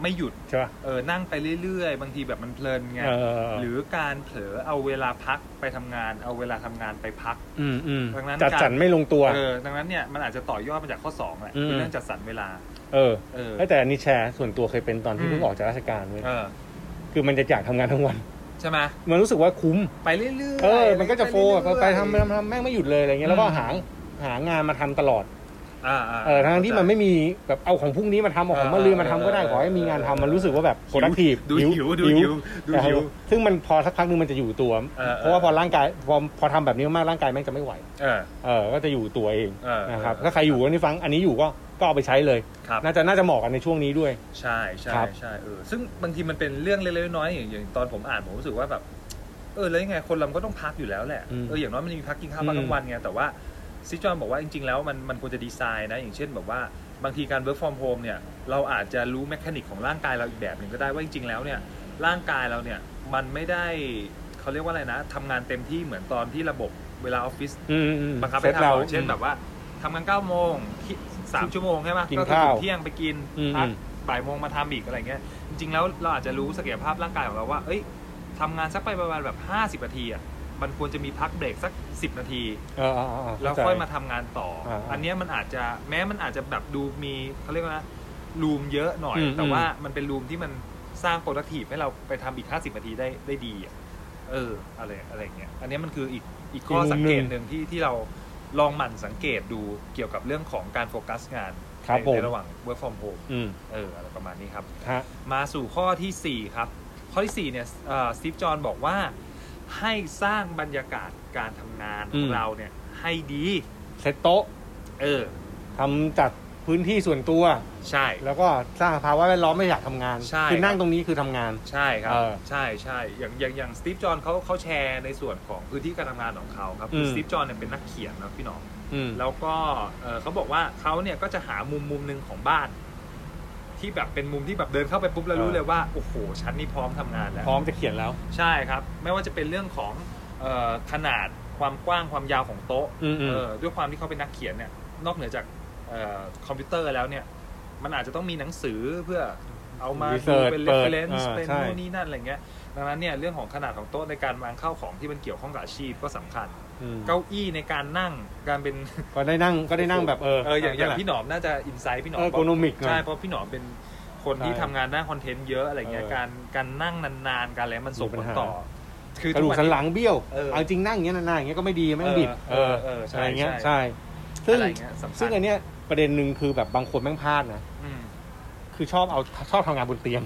Speaker 3: ไม่หยุด
Speaker 2: ใช่ป่ะ
Speaker 3: เออนั่งไปเรื่อยๆ บางทีแบบมันเพลินไง
Speaker 2: เออ
Speaker 3: หรือการเผลอเอาเวลาพักไปทำงาน เอาเวลาทำงานไปพัก
Speaker 2: อืมอืม
Speaker 3: ดังนั้น
Speaker 2: จัดสรรไม่ลงตัว
Speaker 3: เออดังนั้นเนี่ยมันอาจจะต่อยอดมาจากข้อสองแหละ
Speaker 2: อืม
Speaker 3: คือเรื่องจัดสรรเวลา
Speaker 2: เออ
Speaker 3: เออ
Speaker 2: เอ้ยแต่อันนี้แชร์ส่วนตัวเคยเป็นตอนที่
Speaker 3: อืม
Speaker 2: เพิ่งออกจากราชการเว้ย
Speaker 3: เออ
Speaker 2: คือมันจะอยากทำงานทั้งวัน
Speaker 3: ใช่ไหม
Speaker 2: มันรู้สึกว่าคุ้ม
Speaker 3: ไปเรื่อยๆ
Speaker 2: เออ มันก็จะโฟ
Speaker 3: เรื่
Speaker 2: ร์
Speaker 3: อยๆ
Speaker 2: ไปทำไปทำทำแม่งไม่หยุดเลยอะไรเงี้ยแล้วก็
Speaker 3: อืม
Speaker 2: หาหางานมาทำตลอด
Speaker 3: อ่าๆ
Speaker 2: เออทั้งที่มันไม่มีแบบเอาของพรุ่งนี้มาทำเอาของมะรืนมาทำก็ได้ขอให้มีงานทำมันรู้สึกว่าแบบ productive
Speaker 3: ดูหิวดูหิวดูหิว
Speaker 2: ซึ่งมันพอสักพักหนึงมันจะอยู่ตัว
Speaker 3: เออ
Speaker 2: เพ
Speaker 3: เออ
Speaker 2: ราะว่าพอร่างกายพอพอทำแบบนี้มากร่างกายแม่งจะไม่ไหว
Speaker 3: เออ
Speaker 2: เออ ก็จะอยู่ตัวเอง
Speaker 3: เออ
Speaker 2: นะครับ
Speaker 3: เออ
Speaker 2: ถ้าใครอยู่ก็นี่ฟังอันนี้อยู่ก็ก็เอาไปใช้เลย
Speaker 3: ครับ
Speaker 2: น่าจะน่าจะเหมาะกันในช่วงนี้ด้วย
Speaker 3: ใช่ใช่
Speaker 2: ครับ
Speaker 3: ใช่เออซึ่งบางทีมันเป็นเรื่องเล็กๆน้อยๆอย่างอย่างตอนผมอ่านผมรู้สึกว่าแบบ เออแล้วยังไงคนเราก็ต้องพักอยู่แล้วแหละเอออย่างน้อยมันมีพักกินข้าวพักกลางวันไงแต่ว่าซิจอนบอกว่าจริงๆแล้วมันมันควรจะดีไซน์นะ อย่างเช่นแบบว่าบางทีการ work from home เนี่ย เราอาจจะรู้แมคานิกของร่างกายเราอีกแบบหนึ่งก็ได้ว่าจริงๆแล้วเนี่ย ร่างกายเราเนี่ยมันไม่ได้เขาเรียกว่าอะไรนะทำงานเต็มที่เหมือนตอนที่ระบบเวลาออฟฟิศ
Speaker 2: อืมอืม
Speaker 3: บังคับ
Speaker 2: ซ
Speaker 3: ให้
Speaker 2: ต
Speaker 3: ทำอะเช่นแบบว่าทำงานเก้าโมงคิดสามชั่วโมงใช่ไหม
Speaker 2: กิน
Speaker 3: ก็คือ
Speaker 2: ข้าว
Speaker 3: ถึงเที่ยงไปกิน
Speaker 2: อืม
Speaker 3: พัก
Speaker 2: อืม
Speaker 3: บ่ายโมงมาทำอีกอะไรเงี้ยจริง ๆ แล้วเราอาจจะรู้ศักยภาพร่างกายของเราว่า เอ้ยทำงานสักไปประมาณแบบห้าสิบ50นาทีอ่ะมันควรจะมีพักเบรกสักสิบนาที
Speaker 2: เออเออเออ
Speaker 3: แล้ว
Speaker 2: เใจ
Speaker 3: ค่อยมาทำงานต่ออา อันเนี้ยมันอาจจะแม้มันอาจจะแบบดูมีเขาเรียกว่ารูมเยอะหน่อย
Speaker 2: อืม
Speaker 3: แต่
Speaker 2: อืม
Speaker 3: ว่ามันเป็นรูมที่มันสร้างโปรดักทีฟให้เราไปทำอีกห้าสิบนาทีได้ได้ดีอะเอออะไรอะไรอย่างเงี้ยอันเนี้ยมันคืออีกอีกข้อสังเกตหนึ่งที่ที่เราลองหมั่นสังเกตดูเกี่ยวกับเรื่องของการโฟกัสงาน
Speaker 2: ครับ
Speaker 3: ใน
Speaker 2: ผม
Speaker 3: ในระหว่าง work from home
Speaker 2: อืม
Speaker 3: เอออะไรประมาณนี้ครับ
Speaker 2: ฮะ
Speaker 3: มาสู่ข้อทีสี่ 4 ครับ ข้อทีสี่4เนี่ยสตีฟจอห์นบอกว่า ให้สร้างบรรยากาศการทำงานของเราเนี่ยให้ดี
Speaker 2: เซตโต๊ะ
Speaker 3: เออ
Speaker 2: ทำจัดพื้นที่ส่วนตัว
Speaker 3: ใช่
Speaker 2: แล้วก็สร้างภาวะแวดล้อมไม่อยากทำงาน
Speaker 3: ใช่
Speaker 2: คือนั่งตรงนี้คือทำงาน
Speaker 3: ใช่ครับ
Speaker 2: เออ
Speaker 3: ใช่ใช่อย่างอย่างอย่างสตีฟจอห์นเขาเขาแชร์ในส่วนของพื้นที่การทำงานของเขาครับคือ
Speaker 2: ม
Speaker 3: สตีฟจอห์นเนี่ยเป็นนักเขียนนะพี่หน้อง
Speaker 2: อืม
Speaker 3: แล้วก็เอ่อเขาบอกว่าเขาเนี่ยก็จะหามุมมุมหนึ่งของบ้าน ที่แบบเป็นมุมที่แบบเดินเข้าไปปุ๊บแล้วรู้
Speaker 2: เออ
Speaker 3: เลยว่าโอ้โหฉันนี่พร้อมทำงานแล้ว
Speaker 2: พร้อมจะเขียนแล้ว
Speaker 3: ใช่ครับ ไม่ว่าจะเป็นเรื่องของเออขนาดความกว้างความยาวของโต๊ะ
Speaker 2: อืมอืม
Speaker 3: เออด้วยความที่เขาเป็นนักเขียนเนี่ยนอกเหนือจากเออคอมพิวเตอร์แล้วเนี่ย มันอาจจะต้องมีหนังสือเพื่อเอามาดู
Speaker 2: Research
Speaker 3: เป็น
Speaker 2: เปิด
Speaker 3: reference
Speaker 2: อ่า
Speaker 3: เป็น
Speaker 2: ใช่
Speaker 3: นู่นนี่นั่นอะไรเงี้ยดังนั้นเนี่ยเรื่องของขนาดของโต๊ะในการวางเข้าของที่มันเกี่ยวข้องกับอาชีพก็สำคัญ
Speaker 2: อืม
Speaker 3: เก้าอี้ในการนั่งการ เป็น
Speaker 2: ก็ได้นั่งก็ได้นั่งแบบเออ
Speaker 3: เอออย่างอย่า
Speaker 2: นั่น
Speaker 3: ง
Speaker 2: แหละ
Speaker 3: พี่หนอมน่าจะอินไซต์พี่หนอม
Speaker 2: เออ ergonomic หน่
Speaker 3: ใช่
Speaker 2: อย
Speaker 3: เพราะพี่หนอมเป็นคนที่
Speaker 2: ใช่
Speaker 3: ทำงานด้านคอนเทนต์เยอะอะไรเงี้ย
Speaker 2: เออ
Speaker 3: การการนั่งนานๆการอะไรมันส่ง
Speaker 2: มี
Speaker 3: ผ
Speaker 2: ปั
Speaker 3: ล
Speaker 2: ญหา
Speaker 3: ต่อ คือก
Speaker 2: ระ
Speaker 3: ทุ
Speaker 2: ดูก
Speaker 3: กวัน
Speaker 2: สัน
Speaker 3: นี้
Speaker 2: หลังเบี้ยว
Speaker 3: เออ
Speaker 2: เอาจริงนั่งอย่างเงี้ยนานๆอย่างเงี้ยก็ไม่ดีแม่งบิด
Speaker 3: เออเออเออใช่
Speaker 2: อะไรเงี้ย
Speaker 3: ใช่
Speaker 2: ใช่ซึ่ง
Speaker 3: อะไรเงี้ยสำคัญ
Speaker 2: ซึ่งอันเนี้ยประเด็นหนึ่งคือแบบบางคนแม่งพลาดนะ
Speaker 3: อืม
Speaker 2: คือชอบเอาชอบทำงานบนเตียง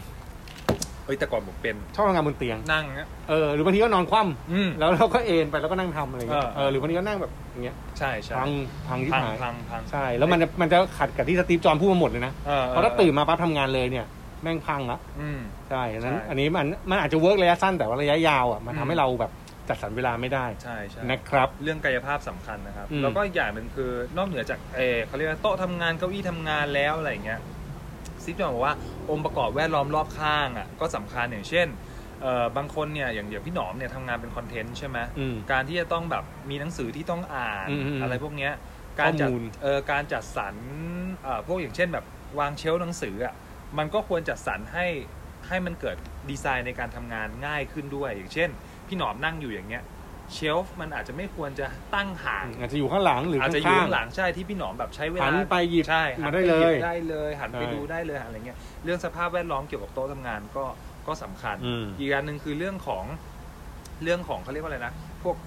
Speaker 3: เอ้ยแต่ก่อนผมเป็น
Speaker 2: ชอบทำงานบนเตียง
Speaker 3: นั่งเนี้ย
Speaker 2: เออหรือบางทีก็นอนคว่
Speaker 3: อืม
Speaker 2: ำแล้วเราก็เอนไปแล้วก็นั่งทำอะไรเงี้ย
Speaker 3: เออ
Speaker 2: เออหรือบางทีก็นั่งแบบอย่างเงี้ย
Speaker 3: ใช่ใช่
Speaker 2: พังพังยิบ
Speaker 3: พัง
Speaker 2: หาย
Speaker 3: พังพัง
Speaker 2: ใช่แล้วมันจะมันจะขัดกับที่สตีฟจอห์นพูดมาหมดเลยนะ
Speaker 3: ออออ
Speaker 2: เพราะถ้าตื่นมาปั๊บทำงานเลยเนี่ย แม่งพังละ
Speaker 3: อืม
Speaker 2: ใช่อันนั้น
Speaker 3: ใช่
Speaker 2: อันนี้มันมันอาจจะเวิร์กระยะสั้นแต่ว่าระยะยาวอ่ะมันทำให้เราแบบจัดสรรเวลาไม่ได้
Speaker 3: ใช่ใช่
Speaker 2: นะครับ
Speaker 3: เรื่องกายภาพสำคัญนะครับ
Speaker 2: อืม
Speaker 3: แล้วก็อีกอย่างหนึ่งคือนอกเหนือจากเออเขาเรียกว่าโต๊ะทำงานเก้าอี้ทำงานแล้วอะไรอย่างเงี้ยซิปจอนบอกว่าองค์ประกอบแวดล้อมรอบข้างอ่ะก็สำคัญอย่างเช่นเอ่อบางคนเนี่ยอย่างอย่างพี่หนอมเนี่ยทำงานเป็นคอนเทนต์ใช่ไหม
Speaker 2: อืม
Speaker 3: การที่จะต้องแบบมีหนังสือที่ต้องอ่าน
Speaker 2: อืมอืม
Speaker 3: อะไรพวกเนี้ยการจัด
Speaker 2: ข้อมูล
Speaker 3: เออการจัดสรรเอ่อพวกอย่างเช่นแบบวางเชลฟ์หนังสืออ่ะมันก็ควรจัดสรรให้ให้มันเกิดดีไซน์ในการทำงานง่ายขึ้นด้วย อย่างเช่น พี่หนอมนั่งอยู่อย่างเงี้ย เชลฟ์มันอาจจะไม่ควรจะตั้งห่าง
Speaker 2: อาจจะอยู่ข้างหลังหรือ
Speaker 3: อาจ
Speaker 2: ข้าง
Speaker 3: จะอยู่
Speaker 2: ข้าง
Speaker 3: ข้างหลังใช่ที่พี่หนอมแบบใช้เวลา
Speaker 2: หันไปหยิบ
Speaker 3: ใช่หัน
Speaker 2: มา
Speaker 3: ป
Speaker 2: ได้เลย
Speaker 3: หบได้เลยหันไป
Speaker 2: ใช่
Speaker 3: ดูได้เลยหันอะไรเงี้ยเรื่องสภาพแวดล้อมเกี่ยวกับโต๊ะทำงานก็ก็สำคัญ
Speaker 2: อืม
Speaker 3: กอันหนึ่งคือเรื่องของเรื่องของเขาเรียกว่าอะไรนะพวก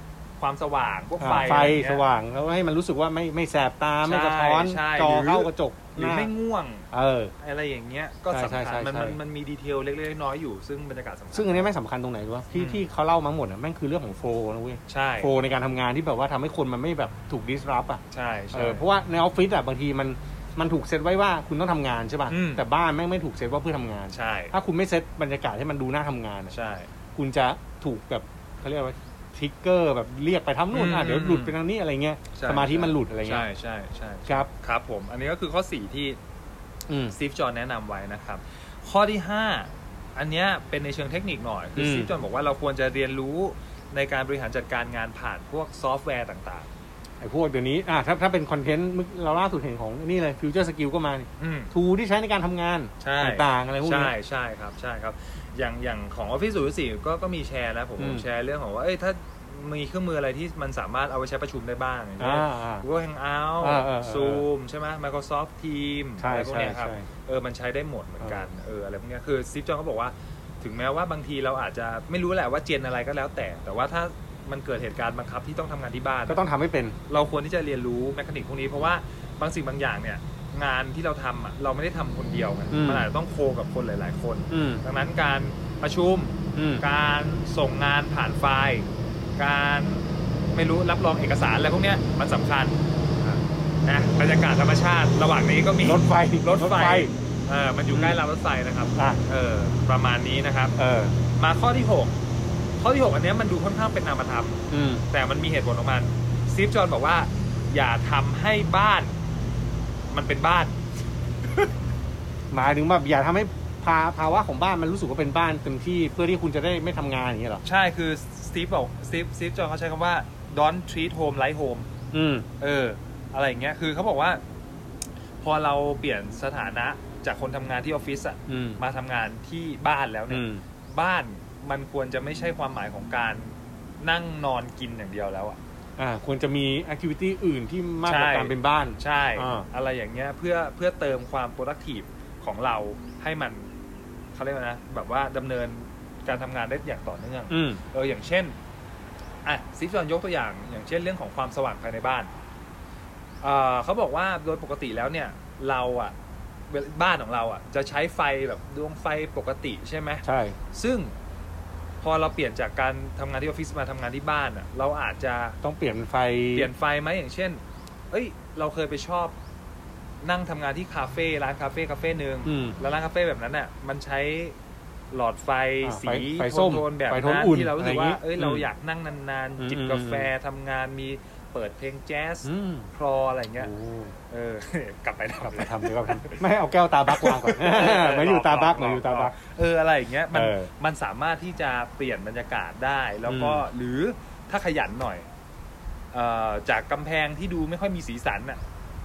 Speaker 3: ความสว่างพวก
Speaker 2: า
Speaker 3: ไฟ
Speaker 2: ไฟ
Speaker 3: อะไรเงี้ย
Speaker 2: สว่างแล้วให้มันรู้สึกว่าไม่ไม่แสบตาไม่
Speaker 3: ใช่
Speaker 2: สะท้อน
Speaker 3: ใช่
Speaker 2: จอ
Speaker 3: หรือ
Speaker 2: เข้ากระจก
Speaker 3: ห
Speaker 2: ห
Speaker 3: รือ
Speaker 2: น้า
Speaker 3: ไม่ง่วง
Speaker 2: เออ
Speaker 3: อะไรอย่างเงี้ยก็สำ
Speaker 2: ใช่ใช่
Speaker 3: คัญมัน
Speaker 2: ใช่
Speaker 3: มัน
Speaker 2: ใช่
Speaker 3: มันมีดีเทลเล็กๆน้อยๆอยู่ซึ่งบรรยากาศสำคัญ
Speaker 2: ซึ่งอันนี้ไม่งสำคัญตรงไหนรู้ป่ะที่
Speaker 3: อืม
Speaker 2: ที่เขาเล่ามาหมดอ่ะแม่งคือเรื่องของโฟล์นะเว้ย
Speaker 3: ใช่
Speaker 2: โฟล์ในการทำงานที่แบบว่าทำให้คนมันไม่แบบถูกดิสรับอ่ะ
Speaker 3: ใช่
Speaker 2: เอ
Speaker 3: ใช่
Speaker 2: อเพราะว่าในออฟฟิศอ่ะบางทีมันมันถูกเซตไว้ว่าคุณต้องทำงานใช่ป่ะ
Speaker 3: อืม
Speaker 2: แต่บ้านแม่งไม่ถูกเซตว่าเพื่อทำงาน
Speaker 3: ใช่
Speaker 2: ถ้าคุณไม่เซตบรรยากาศให้มันดูน่าทำงานอะ
Speaker 3: ใช่
Speaker 2: คุณจะถูกแบบเขาเรียกว่าทิกเกอร์แบบเรียกไปทำนู่นอ่ะ
Speaker 3: อืม
Speaker 2: เดี๋ยวหลุดไปทางนี้อะไรเงี้ย
Speaker 3: ใช่
Speaker 2: สมาธิมันหลุดอะไรเงี้
Speaker 3: ใช่
Speaker 2: ย
Speaker 3: ใช่ใช่
Speaker 2: ครับ
Speaker 3: ครับผม อันนี้ก็คือข้อ 4 ที่
Speaker 2: อืม
Speaker 3: ซีฟจอนแนะนำไว้นะครับ ข้อที่ 5 อันเนี้ยเป็นในเชิงเทคนิคหน่อย คือ
Speaker 2: อืม
Speaker 3: ซีฟจอนบอกว่าเราควรจะเรียนรู้ในการบริหารจัดการงานผ่านพวกซอฟต์แวร์ต่าง
Speaker 2: ไอ้พวกเดี๋ยวนี้อ่ะถ้าถ้าเป็นคอนเทนต์เราล่าสุดเห็นของนี่เลยฟิวเจอร์สกิลก็มา
Speaker 3: ๆ อืม
Speaker 2: ทูที่ใช้ในการทำงาน
Speaker 3: ใช่
Speaker 2: ต่างๆอะไรพวก
Speaker 3: ใช่
Speaker 2: นี้
Speaker 3: ใช่ครับใช่ครับ อย่างอย่างของ Office 0 4ก็ก็มีแชร์แล้วผม
Speaker 2: อืม
Speaker 3: แชร์เรื่องของว่า เอ้ยถ้ามีเครื่องมืออะไรที่มันสามารถเอาไปใช้ประชุมได้บ้างอย่างเช่
Speaker 2: อ่าน อ่า
Speaker 3: Google Hangout
Speaker 2: อ่าอ่าอ่า
Speaker 3: Zoom ใช่ไหม Microsoft Teams
Speaker 2: ใช่
Speaker 3: อะไรพวก
Speaker 2: ใช่
Speaker 3: เนี้ยครับ
Speaker 2: ใช่
Speaker 3: เออ มันใช้ได้หมดเหมือนกัน เออ อะไรพวกเนี้ยคือซิฟจอนก็บอกว่า ถึงแม้ว่าบางทีเราอาจจะไม่รู้แหละว่าเจนอะไรก็แล้วแต่ แต่ว่าถ้ามันเกิดเหตุการณ์บังคับที่ต้องทำงานที่บ้าน
Speaker 2: ก็ต้องทำให้เป็น
Speaker 3: เราควรที่จะเรียนรู้แมคานิกพวกนี้ เพราะว่าบางสิ่งบางอย่างเนี่ย งานที่เราทำอ่ะ เราไม่ได้ทำคนเดียวไง
Speaker 2: อืม
Speaker 3: มันอาจจะต้องโคกับคนหลาย ๆ คน
Speaker 2: อืม
Speaker 3: ดังนั้นการประชุม
Speaker 2: อืม
Speaker 3: การส่งงานผ่านไฟล์ การไม่รู้รับรองเอกสารอะไรพวกเนี้ยมันสำคัญอ่ะนะบรรยากาศธรรมชาติ ระหว่างนี้ก็มี
Speaker 2: รถไฟ
Speaker 3: รถไฟ เออ มันอยู่ใกล้รางรถไฟนะครับ
Speaker 2: อ่ะ
Speaker 3: เออ ประมาณนี้นะครับ
Speaker 2: เออ
Speaker 3: มาข้อที่ 6 ข้อที่ 6 อันเนี้ยมันดูค่อนข้างเป็นนามธรรม
Speaker 2: อืม
Speaker 3: แต่มันมีเหตุผลของมันซีฟจอนบอกว่า อย่าทำให้บ้าน มันเป็นบ้าน
Speaker 2: หมายถึงแบบอย่าทำให้ภาภาวะของบ้านมันรู้สึกว่าเป็นบ้านเต็มที่เพื่อที่คุณจะได้ไม่ทำงานอย่างเงี้ยเหรอ
Speaker 3: ใช่คือซีฟบอกซีฟซีฟจอนเขาใช้คำว่า don't treat home like home
Speaker 2: อืม
Speaker 3: เออ อะไรอย่างเงี้ยคือเขาบอกว่า พอเราเปลี่ยนสถานะจากคนทำงานที่ออฟฟิศอะ
Speaker 2: อืม
Speaker 3: มาทำงานที่บ้านแล้วเนี่ย
Speaker 2: อืม
Speaker 3: บ้านมันควรจะไม่ใช่ความหมายของการนั่งนอนกินอย่างเดียวแล้วอ่ะ
Speaker 2: อ่า ควรจะมีแอคทิวิตี้อื่นที่มากกว่า
Speaker 3: ใช่
Speaker 2: การเป็นบ้าน
Speaker 3: ใช่
Speaker 2: อ่า
Speaker 3: อะไรอย่างเงี้ยเพื่อเพื่อเติมความ productive ของเราให้มันเขาเรียกว่านะแบบว่าดำเนินการทำงานได้อย่างต่อเนื่อง
Speaker 2: อืม
Speaker 3: เอออย่างเช่นอ่ะซิฟจอนยกตัวอย่าง อย่างเช่นเรื่องของความสว่างภายในบ้านเอ่อเขาบอกว่าโดยปกติแล้วเนี่ยเราอ่ะเวลาบ้านของเราอ่ะจะใช้ไฟแบบดวงไฟปกติใช่ไหม
Speaker 2: ใช่
Speaker 3: ซึ่งพอเราเปลี่ยนจากการทำงานที่ออฟฟิศมาทำงานที่บ้านอ่ะ เราอาจจะ
Speaker 2: ต้องเปลี่ยนไฟ
Speaker 3: เปลี่ยนไฟไหมอย่างเช่น เอ้ย เราเคยไปชอบนั่งทำงานที่คาเฟ่ร้านคาเฟ่คาเฟ่หนึ่ง
Speaker 2: อืม
Speaker 3: แล้วร้านคาเฟ่แบบนั้นอ่ะ มันใช้หลอดไฟ
Speaker 2: อ่า
Speaker 3: สี
Speaker 2: ไฟไฟ
Speaker 3: โท
Speaker 2: ส้
Speaker 3: น
Speaker 2: ม
Speaker 3: โทนแบบ
Speaker 2: ไฟโทน
Speaker 3: นั้น
Speaker 2: อุ่น
Speaker 3: ที่เรารู้สึก
Speaker 2: อะไรอย่างงี้
Speaker 3: ว่าเอ้ยเรา
Speaker 2: อืม
Speaker 3: อยากนั่งนาน
Speaker 2: อืม
Speaker 3: ๆ จิบ
Speaker 2: อืม
Speaker 3: กาแฟทำงานมีเปิดเพลงแจ๊ส
Speaker 2: อืม
Speaker 3: คลออะไรอย่างเงี้ย
Speaker 2: โอ้
Speaker 3: เออ กลับไปนะ
Speaker 2: กลับมาทำเดี๋ยวกลับมาทำไม่ให้เอาแก้วตาบักวางก่อนเหมือนอยู่ตาบักเหมือนอยู่ตาบัก
Speaker 3: เอออะไรอย่างเงี้ยมัน
Speaker 2: เออ
Speaker 3: มันสามารถที่จะเปลี่ยนบรรยากาศได้ แล้วก็
Speaker 2: อืม
Speaker 3: หรือถ้าขยันหน่อยเอ่อจากกำแพงที่ดูไม่ค่อยมีสีสันน่ะ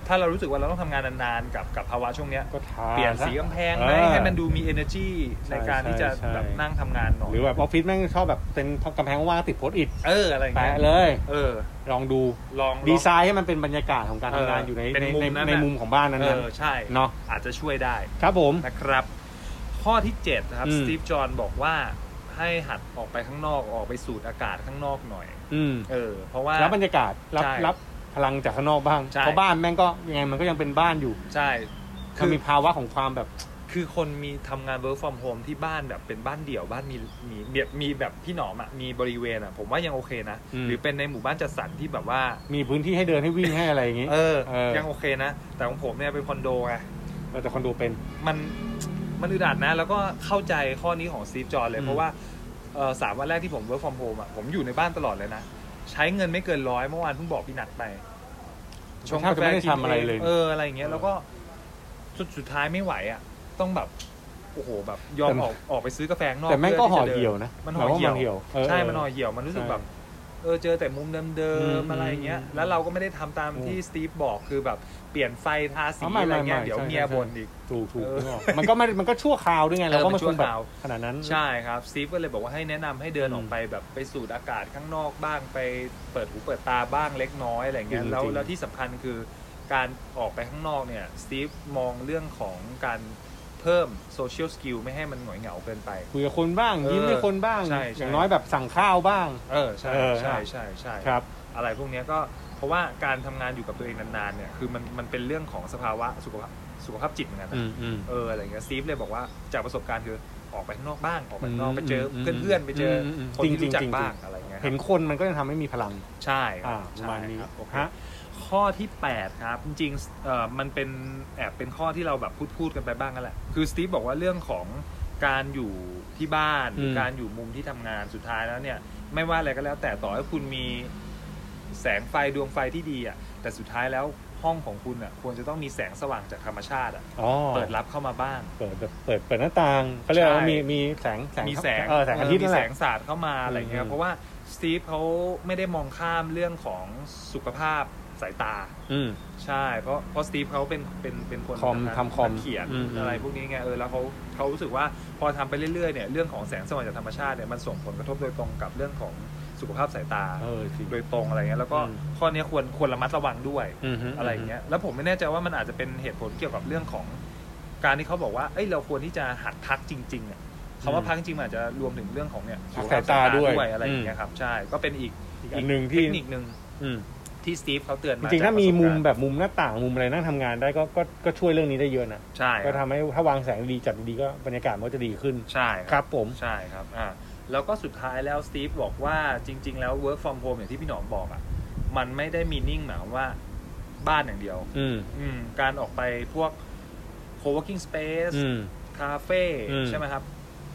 Speaker 3: ถ้าเรารู้สึกว่าเราต้องทำงานนานๆกับกับภาวะช่วงเนี้ย
Speaker 2: ก็ทา
Speaker 3: เปลี่ยนสีกำแพงไหม
Speaker 2: เออ
Speaker 3: ให้มันดูมี energy
Speaker 2: ใช่
Speaker 3: ในการที่จะ
Speaker 2: ใช่ใช่
Speaker 3: แบบนั่งทำงานหน่อย
Speaker 2: หรือแบบออฟฟิศแม่งชอบแบบเป็นกำแพงว่างๆติดโพสต์อิท
Speaker 3: เอออะไรอย่างเงี้
Speaker 2: แปะ
Speaker 3: ย
Speaker 2: เลย
Speaker 3: เออ
Speaker 2: ลองดู
Speaker 3: ลอง
Speaker 2: ดี
Speaker 3: ลอง
Speaker 2: ไซน์ให้มันเป็นบรรยากาศของการทำงาน
Speaker 3: เออ
Speaker 2: อยู่ใน
Speaker 3: เป็น
Speaker 2: ใน
Speaker 3: มุม
Speaker 2: ใน
Speaker 3: นั้น
Speaker 2: ในมุมของบ้านนั้
Speaker 3: เอน อใช่
Speaker 2: ๆเนาะ
Speaker 3: อาจจะช่วยได้
Speaker 2: ครับผม
Speaker 3: นะครับ ข้อที่ 7 นะครับ
Speaker 2: อืม
Speaker 3: สตีฟจอห์นบอกว่าให้หัดออกไปข้างนอกออกไปสูดอากาศข้างนอกหน่อย
Speaker 2: อืม
Speaker 3: เออ เพราะว่า
Speaker 2: รับบรรยากาศรับ
Speaker 3: ใช่
Speaker 2: รับพลังจากข้างนอกบ้าง
Speaker 3: ใช่
Speaker 2: เพราะบ้านแม่งก็ยังไงมันก็ยังเป็นบ้านอยู่
Speaker 3: ใช่ คื
Speaker 2: มัน
Speaker 3: อ
Speaker 2: มีภาวะของความแบบ
Speaker 3: คือคนมีทำงาน work from home ที่บ้านแบบเป็นบ้านเดี่ยวบ้านมีมีแบบมีแบบพี่หนอมอ่ะมีบริเวณอ่ะ ผมว่ายังโอเคนะ หรือเป็นในหมู่บ้านจัดสรรที่แบบว่า
Speaker 2: มีพื้นที่ให้เดินให้วิ่งให้อะไรอย่างงี้
Speaker 3: เออ
Speaker 2: เออ
Speaker 3: ยังโอเคนะ แต่ของผมเนี่ยเป็นคอนโดไง
Speaker 2: แต่คอนโดเป็น
Speaker 3: มัน ม มันอึดอัดนะ แล้วก็เข้าใจข้อนี้ของซีฟจอร์เล
Speaker 2: อื
Speaker 3: ย
Speaker 2: ม
Speaker 3: เพราะว่าเอ่อสามวันแรกที่ผม work from home อ่ะผมอยู่ในบ้านตลอดเลยนะ ใช้เงินไม่เกินร้อยเมื่อวานเพิ่งบอกพี่นัดไป
Speaker 2: ชงกาแฟไม่ได้ทำอะไรเลย
Speaker 3: เอออะไรอย่างเงี้ยแล้วก็สุดสุดท้ายไม่ไหวอ่ะ ต้องแบบโอ้โหแบบยอม
Speaker 2: แต่
Speaker 3: ออกออกไปซื้อกาแฟข้างนอก
Speaker 2: แต่แม่ง
Speaker 3: พื่
Speaker 2: ก็
Speaker 3: ที่
Speaker 2: ห่อ
Speaker 3: จะดิ
Speaker 2: เหี่ยวนะ
Speaker 3: มันห่อเหี่ยว
Speaker 2: หมาามัหี่ยวเออ
Speaker 3: ใช่มันห่อเหี่ยวมันรู้สึกแบบ เออเจอแต่มุมเดิม
Speaker 2: อืม
Speaker 3: ๆอะไรเงี้ย
Speaker 2: อืม
Speaker 3: แล้วเราก็ไม่ได้ทำตาม
Speaker 2: อืม
Speaker 3: ที่สตีฟบอกคือแบบเปลี่ยนไฟทาสี
Speaker 2: อ๋อไม่
Speaker 3: อะไรเงี้ย
Speaker 2: ไม่ไม่
Speaker 3: เดี๋ยว
Speaker 2: ใช่
Speaker 3: เมีย
Speaker 2: ใช่
Speaker 3: บ่นอีก
Speaker 2: ถูกถูก
Speaker 3: เออ
Speaker 2: นึกออกมันก็ไม่มันก็ชั่วคราวด้วยไงเรา
Speaker 3: เออ
Speaker 2: ก็
Speaker 3: มั
Speaker 2: ไม่
Speaker 3: น
Speaker 2: ควร
Speaker 3: ชั่ว
Speaker 2: แบ
Speaker 3: ค
Speaker 2: บ
Speaker 3: ราว
Speaker 2: ขนาดนั้น
Speaker 3: ใช่ครับสตีฟก็เลยบอกว่าให้แนะนำให้เดิน
Speaker 2: อืม
Speaker 3: ออกไปแบบไปสูดอากาศข้างนอกบ้างไปเปิดหูเปิดตาบ้างเล็กน้อยอะไรเงี้ย
Speaker 2: จริงๆ
Speaker 3: แล้วแล้วที่สำคัญคือการออกไปข้างนอกเนี่ยสตีฟมองเรื่องของการเพิ่มโซเชียลสกิลไม่ให้มันหงอยเหงาเกินไป
Speaker 2: คุยกับคนบ้างยิ้มให้คนบ้าง
Speaker 3: ใช่ใช่
Speaker 2: อย่างน้อยแบบสั่งข้าวบ้าง
Speaker 3: เออใช่
Speaker 2: เออ
Speaker 3: ใช่ใช่ใช่
Speaker 2: ครับ
Speaker 3: อะไรพวกเนี้ยก็เพราะว่าการทำงานอยู่กับตัวเองนานๆเนี่ยคือมันมันเป็นเรื่องของสภาวะสุขภาพสุขภาพจิตเหมือนกันนะ
Speaker 2: อืมอืม
Speaker 3: เอออะไรเงี้ยซีฟเลยบอกว่าจากประสบการณ์คือออกไปข้างนอกบ้างออกไปข้างนอก
Speaker 2: อืม
Speaker 3: ไปเจออ
Speaker 2: ม
Speaker 3: เพื่อนๆไปเจออ
Speaker 2: มอืม
Speaker 3: คนที่
Speaker 2: จริงๆ
Speaker 3: รู้จัก
Speaker 2: จริงๆ
Speaker 3: บ้างอะไรเงี้ยค
Speaker 2: เห็
Speaker 3: รับ
Speaker 2: นคนมันก็จะทำให้มีพลัง
Speaker 3: ใช่ครั
Speaker 2: อ่า
Speaker 3: บ
Speaker 2: ประมาณนี้
Speaker 3: ใช่ครับโอเค
Speaker 2: ฮะ
Speaker 3: ข้อที่8ครับจริงๆเอ่อมันเป็นแอบเป็นข้อที่เราแบบพูดพูดกันไปบ้างนั่นแหละคือสตีฟบอกว่าเรื่องของการอยู่ที่บ้านหรืออ
Speaker 2: ม
Speaker 3: การอยู่มุมที่ทำงานสุดท้ายแล้วเนี่ย ไม่ว่าอะไรก็แล้ว แต่ต่อให้คุณมี แสงไฟดวงไฟที่ดีอ่ะแต่สุดท้ายแล้วห้องของคุณอ่ะควรจะต้องมีแสงสว่างจากธรรมชาติอ่ะ
Speaker 2: อ๋อ
Speaker 3: เปิดรับเข้ามาบ้าง
Speaker 2: เปิดแบบเปิดเปิดหน้าต่างเขาเรียกว่า
Speaker 3: ใช่
Speaker 2: มีมีแสงแสง
Speaker 3: มีแสง
Speaker 2: เออแสงอาทิตย์
Speaker 3: มี
Speaker 2: นั่น
Speaker 3: แส
Speaker 2: แหละ
Speaker 3: งสาดเข้ามาอะไรเงี้
Speaker 2: อื
Speaker 3: ย
Speaker 2: ม
Speaker 3: เพราะว่าสตีฟเขาไม่ได้มองข้ามเรื่องของสุขภาพสายตา
Speaker 2: อืม
Speaker 3: ใช่ เพราะเพราะสตีฟเขาเป็นเป็นเป็นคน
Speaker 2: คอม
Speaker 3: นะ
Speaker 2: ทำคอม
Speaker 3: นักเขียน
Speaker 2: อืม
Speaker 3: อะไรพวกนี้ไงเออแล้วเขาเขารู้สึกว่าพอทำไปเรื่อยๆเนี่ยเรื่องของแสงสว่างจากธรรมชาติเนี่ยมันส่งผลกระทบโดยตรงกับเรื่องของสุขภาพสายตา
Speaker 2: เออจริง
Speaker 3: โดยตรงอะไรเงี้ยแล้วก็
Speaker 2: อืม
Speaker 3: ข้อเนี้ยควรควรระมัดระวังด้วย
Speaker 2: มฮึ
Speaker 3: อะไรอย่างเงี้ย แล้วผมไม่แน่ใจว่ามันอาจจะเป็นเหตุผลเกี่ยวกับเรื่องของการที่เขาบอกว่า เอ้ย เราควรที่จะหัดพักจริงๆอ่ะคำว่าพักจริงๆมันอาจจะรวมถึงเรื่องของเนี่ย
Speaker 2: พักสายตาด้วย
Speaker 3: สุขภพสอะไรอย่างเงี้ยครับ ใช่ ก็เป็นอีก
Speaker 2: อีกอันหนึ่งที่
Speaker 3: เทคนิคหนึ่ง
Speaker 2: อืม
Speaker 3: ที่สตีฟเขาเตือน
Speaker 2: จ
Speaker 3: มา
Speaker 2: ริงๆถ้ามีมุม
Speaker 3: จากประสบกา
Speaker 2: แบบมุมหน้าต่างมุมอะไรนั่งทำงานได้ก็ก็ก็ช่วยเรื่องนี้ได้เยอะนะ
Speaker 3: รณ์ใช่
Speaker 2: ก็
Speaker 3: ค
Speaker 2: ทำ
Speaker 3: รับ
Speaker 2: ให้ถ้าวางแสงดีจัดดีก็บรรยากาศมันก็จะดีขึ้น
Speaker 3: ใช่
Speaker 2: ค
Speaker 3: ครั
Speaker 2: รั
Speaker 3: บบ
Speaker 2: ผม
Speaker 3: ใช่ครับอ่าแล้วก็สุดท้ายแล้วสตีฟบอกว่าจริง ๆ แล้ว work from home อย่างที่พี่หนอมบอกอ่ะมันไม่ได้มีนิ่งหมายความว่าบ้านอย่างเดียว
Speaker 2: อืม
Speaker 3: อืมการออกไปพวก co-working space
Speaker 2: อืม
Speaker 3: คาเฟ่
Speaker 2: อืม
Speaker 3: ใช่ไหมครับ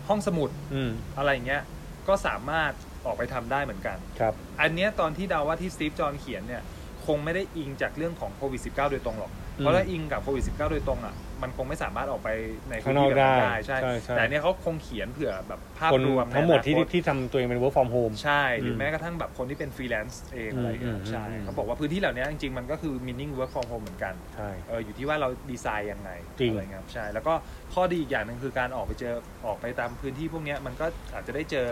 Speaker 3: ห้องสมุด
Speaker 2: อืม
Speaker 3: อะไรอย่างเงี้ยก็สามารถออกไปทำได้เหมือนกัน
Speaker 2: ครับ
Speaker 3: อันเนี้ยตอนที่เดาว่าที่สตีฟจอห์นเขียนเนี่ย คงไม่ได้อิงจากเรื่องของโควิด -19 โดยตรงหรอก เพ
Speaker 2: อื
Speaker 3: ราะ
Speaker 2: ม
Speaker 3: ถ้าอิงกับโควิด -19 โดยตรงอ่ะมันคงไม่สามารถออกไปในพื้
Speaker 2: ข้างนอก
Speaker 3: ที่แบบนั้น
Speaker 2: ได้
Speaker 3: ได้ใช่
Speaker 2: ใช่ใช่
Speaker 3: แต่อันเนี้ยเขาคงเขียนเผื่อแบบภาพ
Speaker 2: คน
Speaker 3: รวม
Speaker 2: ทั้งหมด
Speaker 3: ในอนาคต
Speaker 2: ที่ที่ทำตัวเองเป็น work from home
Speaker 3: ใช่ หรืออ
Speaker 2: ม
Speaker 3: แม้กระทั่งแบบคนที่เป็นฟรีแลนซ์เองอะไรอย่างเงี้ย
Speaker 2: อืม
Speaker 3: ใช่
Speaker 2: อืม
Speaker 3: เขาบอกว่าพื้นที่เหล่านี้จริงๆมันก็คือ meaning work from home เหมือนกัน
Speaker 2: ใช่
Speaker 3: เอออยู่ที่ว่าเราดีไซน์ยังไง
Speaker 2: จริง
Speaker 3: อะไรเงี้ยครับใช่แล้วก็ข้อดีอีกอย่างหนึ่งคือการออกไปเจอออกไปตามพื้นที่พวกเนี้ยมันก็อาจจะได้เจอ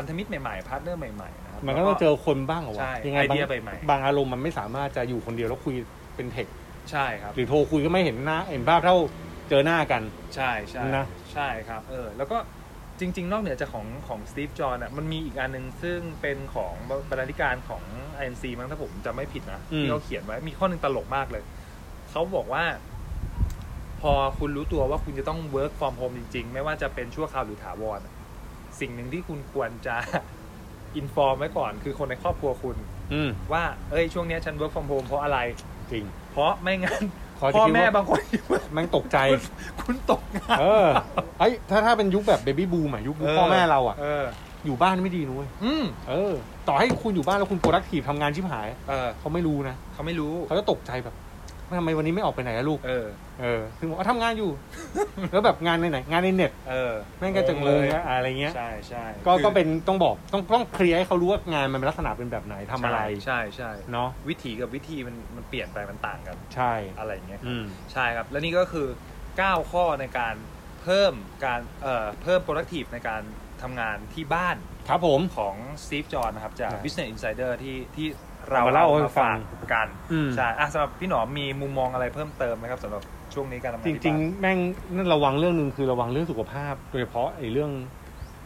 Speaker 3: พันธมิตรใหม่ๆพาร์ทเนอร์ใหม่ๆนะครับ
Speaker 2: มันก็ต้องเจอคนบ้างเหรอวะ
Speaker 3: ใช่
Speaker 2: ยั
Speaker 3: ไอบ
Speaker 2: ไงาง
Speaker 3: เดียใหม่ๆ
Speaker 2: บางอารมณ์มันไม่สามารถจะอยู่คนเดียวแล้วคุยเป็นเทค
Speaker 3: ใช่ครับ
Speaker 2: หรือโทรคุยก็ไม่เห็นหน้าเห็นภาพเท่าเจอหน้ากัน
Speaker 3: ใช่ใช่
Speaker 2: นะ
Speaker 3: ใช่ครับเออแล้วก็จริง ๆ นอกเหนือจากของของสตีฟจอห์นอ่ะมันมีอีกอันหนึ่งซึ่งเป็นของบรรณาธิการของ INC มั้งถ้าผมจำไม่ผิดนะที่เขาเขียนไว้มีข้อหนึ่งตลกมากเลย เขาบอกว่า พอคุณรู้ตัวว่าคุณจะต้อง work from home จริง ๆ ไม่ว่าจะเป็นชั่วคราวหรือถาวรอะสิ่งหนึ่งที่คุณควรจะ inform ไว้ก่อน คือคนในครอบครัวคุณ
Speaker 2: อืม
Speaker 3: ว่า เอ้ย ช่วงเนี้ยฉัน work from home เพราะอะไร
Speaker 2: จริง
Speaker 3: เพราะไม่งั้น
Speaker 2: เขาจะ
Speaker 3: พ่อ
Speaker 2: คิด
Speaker 3: แม่
Speaker 2: ว่า
Speaker 3: บางคนคิดว่า
Speaker 2: แม่งตกใจ
Speaker 3: คุณคุณตกงาน
Speaker 2: เออไอ้ยถ้าถ้าเป็นยุคแบบเบบี้บูมอะยุคพ่อแม่เราอะ
Speaker 3: เออ
Speaker 2: อยู่บ้านไม่ดีนุ้ย
Speaker 3: อืม
Speaker 2: เออ ต่อให้คุณอยู่บ้านแล้วคุณโปรดักทีฟทำงานชิบหาย
Speaker 3: เออ
Speaker 2: เขาไม่รู้นะ
Speaker 3: เขาไม่รู้
Speaker 2: เขาจะตกใจแบบทำไมวันนี้ไม่ออกไปไหนอะลูก
Speaker 3: เออ
Speaker 2: เออคือบอกว่าทำงานอยู่ แล้วแบบงานในไหน งานในเน็ต
Speaker 3: เออ
Speaker 2: แม่งก็จะงงนะอะไรเงี้ย
Speaker 3: ใช่ใช่
Speaker 2: ก็
Speaker 3: คือ
Speaker 2: ก็เป็นต้องบอกต้องต้องเคลียร์ให้เขารู้ว่างานมันเป็นลักษณะเป็นแบบไหนทำอะไร
Speaker 3: ใช่ใช่
Speaker 2: เนาะ
Speaker 3: วิถีกับวิธีมันมันเปลี่ยนไปมันต่างกัน
Speaker 2: ใช่
Speaker 3: อะไรอย่างเงี้ยครับ
Speaker 2: อืม
Speaker 3: ใช่ครับ และนี่ก็คือ 9 ข้อในการเพิ่มการเอ่อเพิ่ม productive ในการทำงานที่บ้าน
Speaker 2: ครับผม
Speaker 3: ของซีฟจอนนะครับ จาก
Speaker 2: ใช่
Speaker 3: Business Insider ที่ที่เรา
Speaker 2: เอามาเล่าให้
Speaker 3: มฝากกัน
Speaker 2: อืม
Speaker 3: ใช่อ่ะสำหรับพี่หนอมมีมุมมองอะไรเพิ่มเติมไหมครับสำหรับช่วงนี้การทำงาน
Speaker 2: จ
Speaker 3: ที่บ้าน
Speaker 2: ริง ๆ แม่งนั่นระวังเรื่องหนึ่งคือระวังเรื่องสุขภาพ โดยเฉพาะไอ้เรื่อง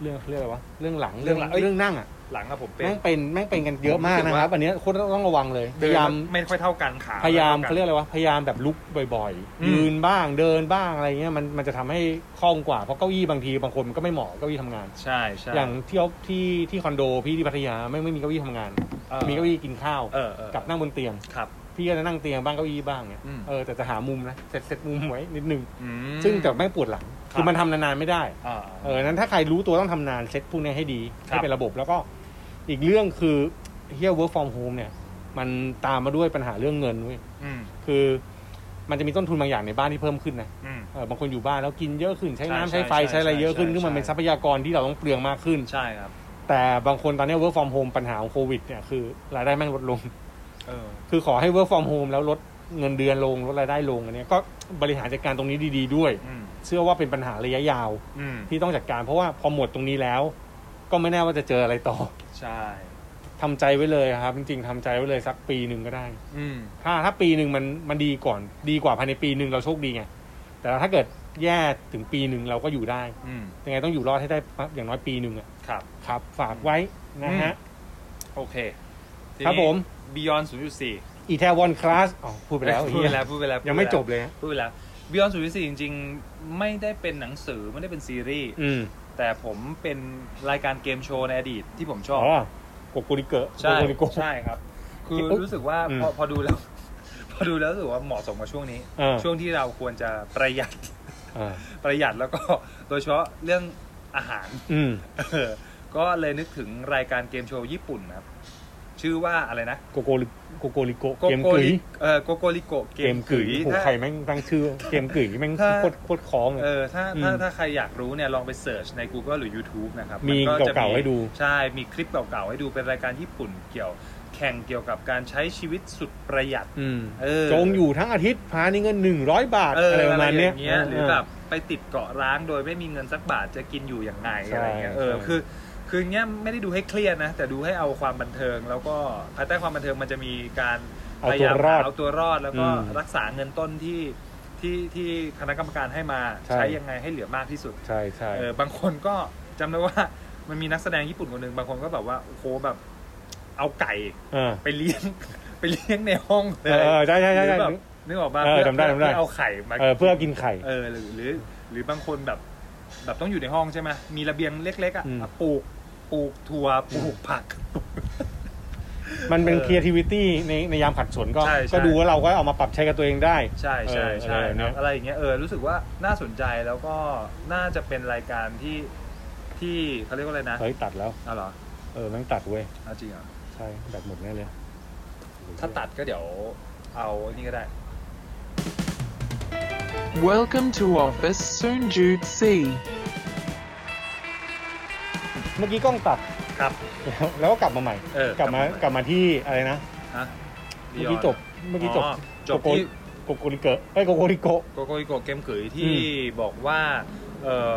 Speaker 2: เรื่องเรื่องอะไรวะเรื่องหลังเรื่องนั่งอ่ะ
Speaker 3: หลังครับผมเป็น
Speaker 2: แม่งเป็นแม่งเป็นกันเยอะมากนะครับ อันเนี้ยคนต้องระวังเลยพ
Speaker 3: เดิน
Speaker 2: ยายาม
Speaker 3: ไม่ค่อยเท่ากันขา
Speaker 2: พยายาม
Speaker 3: ไท่
Speaker 2: เขาเรียกอะไรวะพยายามแบบลุกบ่อยๆ ยืนบ้างเดินบ้างอะไรเงี้ยมันมันจะทำให้คล่องกว่าเพราะเก้าอี้บางทีบางคนมันก็ไม่เหมาะเก้าอี้ทำงาน
Speaker 3: ใช่ใช่
Speaker 2: อย่างที่ออฟที่ที่คอนโดพี่ที่พัทยาไม่งไม่มีเก้าอี้ทำงาน มีเก้าอี้กินข้าว
Speaker 3: เออเออ
Speaker 2: กับนั่งบนเตียง
Speaker 3: ครับ
Speaker 2: พี่ก็จะนั่งเตียงบ้างเก้าอี้บ้างเงี้ย
Speaker 3: อืม
Speaker 2: เออแต่จะหามุมนะเซ็ตเซ็ตมุมไว้นิดนึง
Speaker 3: อืม
Speaker 2: ซึ่งแต่ไม่งปวดหลัง
Speaker 3: ครับ
Speaker 2: คือมันทำนานๆไม่ได้
Speaker 3: อ่า
Speaker 2: เออนั้นถ้าใครรู้ตัวต้องทำนานเซ็ตพวกเนี้ยให้ดี
Speaker 3: ครับ
Speaker 2: ให้เป็นระบบแล้วก็อีกเรื่องคือเฮีย work from home เนี่ย มันตามมาด้วยปัญหาเรื่องเงินเว้ย
Speaker 3: อืม
Speaker 2: คือมันจะมีต้นทุนบางอย่างในบ้านที่เพิ่มขึ้นนะ
Speaker 3: อืม
Speaker 2: เอ่อบางคนอยู่บ้านแล้วกินเยอะขึ้นใช้น้ำ
Speaker 3: ใช่
Speaker 2: ใช้ไฟ
Speaker 3: ใช่
Speaker 2: ใช้อะไรเยอะขึ้น
Speaker 3: ใช่
Speaker 2: ซึ่งมัน
Speaker 3: ใช่
Speaker 2: เป็นทรัพยากรที่เราต้องเปลืองมากขึ้น
Speaker 3: ใช่ครับ
Speaker 2: แต่บางคนตอนนี้ work from home ปัญหาของโควิดเนี่ยคือรายได้แม่งลดลง
Speaker 3: เออ
Speaker 2: คือขอให้ work from home แล้วลดเงินเดือนลงลดรายได้ลงอันเนี้ยก็บริหารจัดการตรงนี้ดี ๆ ด้วย
Speaker 3: อืม
Speaker 2: เชื่อว่าเป็นปัญหาระยะยาว
Speaker 3: อืม
Speaker 2: ที่ต้องจัดการ เพราะว่าพอหมดตรงนี้แล้ว ก็ไม่แน่ว่าจะเจออะไรต่อ
Speaker 3: ใช่
Speaker 2: ทำใจไว้เลยครับ จริงๆทำใจไว้เลยสักปีหนึ่งก็ได้
Speaker 3: อืม
Speaker 2: ถ้าถ้าปีหนึ่งมันมันดีก่อนดีกว่าภายในปีหนึ่งเราโชคดีไงแต่ถ้าเกิดแย่ถึงปีหนึ่งเราก็อยู่ได้
Speaker 3: อืม
Speaker 2: ยังไงต้องอยู่รอดให้ได้อย่างน้อยปีหนึ่งอะ
Speaker 3: ครับ
Speaker 2: ครับ ฝากไว้นะฮะ
Speaker 3: โอเค
Speaker 2: ครับผม
Speaker 3: บียอน0.4
Speaker 2: อีแทวอนคลาสอ๋อพูดไปแล้ว
Speaker 3: พูดไป
Speaker 2: เหี้ย
Speaker 3: แล้วพูดไปแล้ว
Speaker 2: ยังไม่จบเลยฮะ
Speaker 3: พูดไปแล้วบียอน0.4จริงๆ ไม่ได้เป็นหนังสือไม่ได้เป็นซีรีส์
Speaker 2: อืม
Speaker 3: แต่ผมเป็นรายการเกมโชว์ในอดีตที่ผมช
Speaker 2: อ๋
Speaker 3: อบ
Speaker 2: อกโกริเกะ
Speaker 3: ใช่
Speaker 2: โกริโกะ
Speaker 3: ใช่ครับ คือ
Speaker 2: เอ๊ะ
Speaker 3: รู้สึกว่า
Speaker 2: อืม
Speaker 3: พอพอดูแล้ว พอดูแล้วรู้สึกว่าเหมาะสมกับช่วงนี้
Speaker 2: อ่า
Speaker 3: ช่วงที่เราควรจะประหยัด
Speaker 2: อ่า
Speaker 3: ประหยัด แล้วก็ โดยเฉพาะเรื่องอาหาร
Speaker 2: อืม
Speaker 3: เออก็เลยนึกถึงรายการเกมโชว์ญี่ปุ่นนะครับ ชื่อว่าอะไรนะ
Speaker 2: โกโกริโกโกริโกะ
Speaker 3: โก
Speaker 2: เกม
Speaker 3: โก
Speaker 2: กึ๋ย
Speaker 3: ริเออโกโกริโกะเก
Speaker 2: เกม
Speaker 3: ม
Speaker 2: กึ๋
Speaker 3: กึ๋
Speaker 2: ย
Speaker 3: ย
Speaker 2: ผูก
Speaker 3: ถ้า
Speaker 2: ใครแม่งตั้งชื่อเกมกึ๋ยแม่ง
Speaker 3: ถ้า
Speaker 2: โคตรโคตรคล้องเลย
Speaker 3: เออถ้าถ้า
Speaker 2: อืม
Speaker 3: ถ้าใครอยากรู้เนี่ยลองไปเสิร์ชใน Google หรือ YouTube นะครับ
Speaker 2: มี
Speaker 3: นจะ
Speaker 2: เก่าๆให้ดู
Speaker 3: ใช่มีคลิปเก่าๆให้ดูเป็นรายการญี่ปุ่นเกี่ยวแข่งเกี่ยวกับการใช้ชีวิตสุดประหยัด
Speaker 2: อืม
Speaker 3: เออ
Speaker 2: จงอยู่ทั้งอาทิตย์พาในเงินหนึ่งร้อยบาท
Speaker 3: เออ
Speaker 2: อะไร
Speaker 3: อะ
Speaker 2: ประ
Speaker 3: ไร
Speaker 2: มาณ
Speaker 3: อ
Speaker 2: เนี้ย
Speaker 3: ย่างเงี้ยหรืออา แบบไปติดเกาะร้างโดยไม่มีเงินสักบาทจะกินอยู่อย่างไง
Speaker 2: ใช่
Speaker 3: อะไรเงี้ยเออ
Speaker 2: ใช่
Speaker 3: คือคือเงี้ยไม่ได้ดูให้เครียดนะ แต่ดูให้เอาความบันเทิง แล้วก็ภายใต้ความบันเทิงมันจะมีการ
Speaker 2: เอา
Speaker 3: พ
Speaker 2: ตัวย
Speaker 3: ยาาม
Speaker 2: รอด
Speaker 3: เอาตัวรอดแล้วก็
Speaker 2: อืม
Speaker 3: รักษาเงินต้นที่ที่ที่คณะกรรมการให้มา
Speaker 2: ใช่
Speaker 3: ใช้ยังไงให้เหลือมากที่สุด
Speaker 2: ใช่ใช่
Speaker 3: เออบางคนก็จำได้ว่ามันมีนักแสดงญี่ปุ่นคนหนึ่งบางคนก็แบบว่าโอ้โหแบบเอาไก่ไปเลี้ยง ไปเลี้ยงในห้องเลย
Speaker 2: เออเออใช่ใช่ใช่
Speaker 3: หรือแบบนึกออกมา
Speaker 2: เออ
Speaker 3: เพื่อ
Speaker 2: จำได้จำได้
Speaker 3: เพื่อเอาไข่มา
Speaker 2: เออเพื่อกินไข่
Speaker 3: เออหรือหรือ หรือบางคนแบบ แบบต้องอยู่ในห้องใช่ไหมมีระเบียงเล็ก ๆอ่ะ
Speaker 2: อืม
Speaker 3: อ่ะปลูกปลูกถั่วปลูกผัก
Speaker 2: มันเป็น
Speaker 3: เออ
Speaker 2: creativity ในในยามขัดสนก็
Speaker 3: ใช่ใช่
Speaker 2: ก็ดูว่าเราก็เอามาปรับใช้กับตัวเองได้
Speaker 3: ใช่ใช่
Speaker 2: เออ
Speaker 3: ใช่
Speaker 2: เออ
Speaker 3: ค
Speaker 2: เนี่
Speaker 3: รับ
Speaker 2: ย
Speaker 3: อะไรอย่างเงี้ยเออรู้สึกว่าน่าสนใจแล้วก็น่าจะเป็นรายการที่ที่เขาเรียกว่าอะไรนะ
Speaker 2: เฮ้ยตัดแล้ว
Speaker 3: อ๋อเหรอ
Speaker 2: เออแม่งตัดเว้ย
Speaker 3: เอาจริงเหรอ
Speaker 2: ใช่แบตหมดแน่เลย
Speaker 3: ถ้าตัดก็เดี๋ยวเอาอันนี้ก็ได้
Speaker 1: Welcome to office soon Jude C.
Speaker 2: เมื่อกี้กล้องตัด
Speaker 3: ครับ
Speaker 2: แล้วแล้วก็กลับมาใหม่
Speaker 3: เออก
Speaker 2: ลับมากกลั
Speaker 3: ลับมาใหม่
Speaker 2: บมาที่อะไรนะ
Speaker 3: ฮะ
Speaker 2: เมื่อกี้จบ เมื่อกี้จบ
Speaker 3: จบที่
Speaker 2: โกโกริเกะไอ้ยโกโกริโกะ
Speaker 3: โกโกริโกะเกมเกย
Speaker 2: อื
Speaker 3: ที่บอกว่าเออ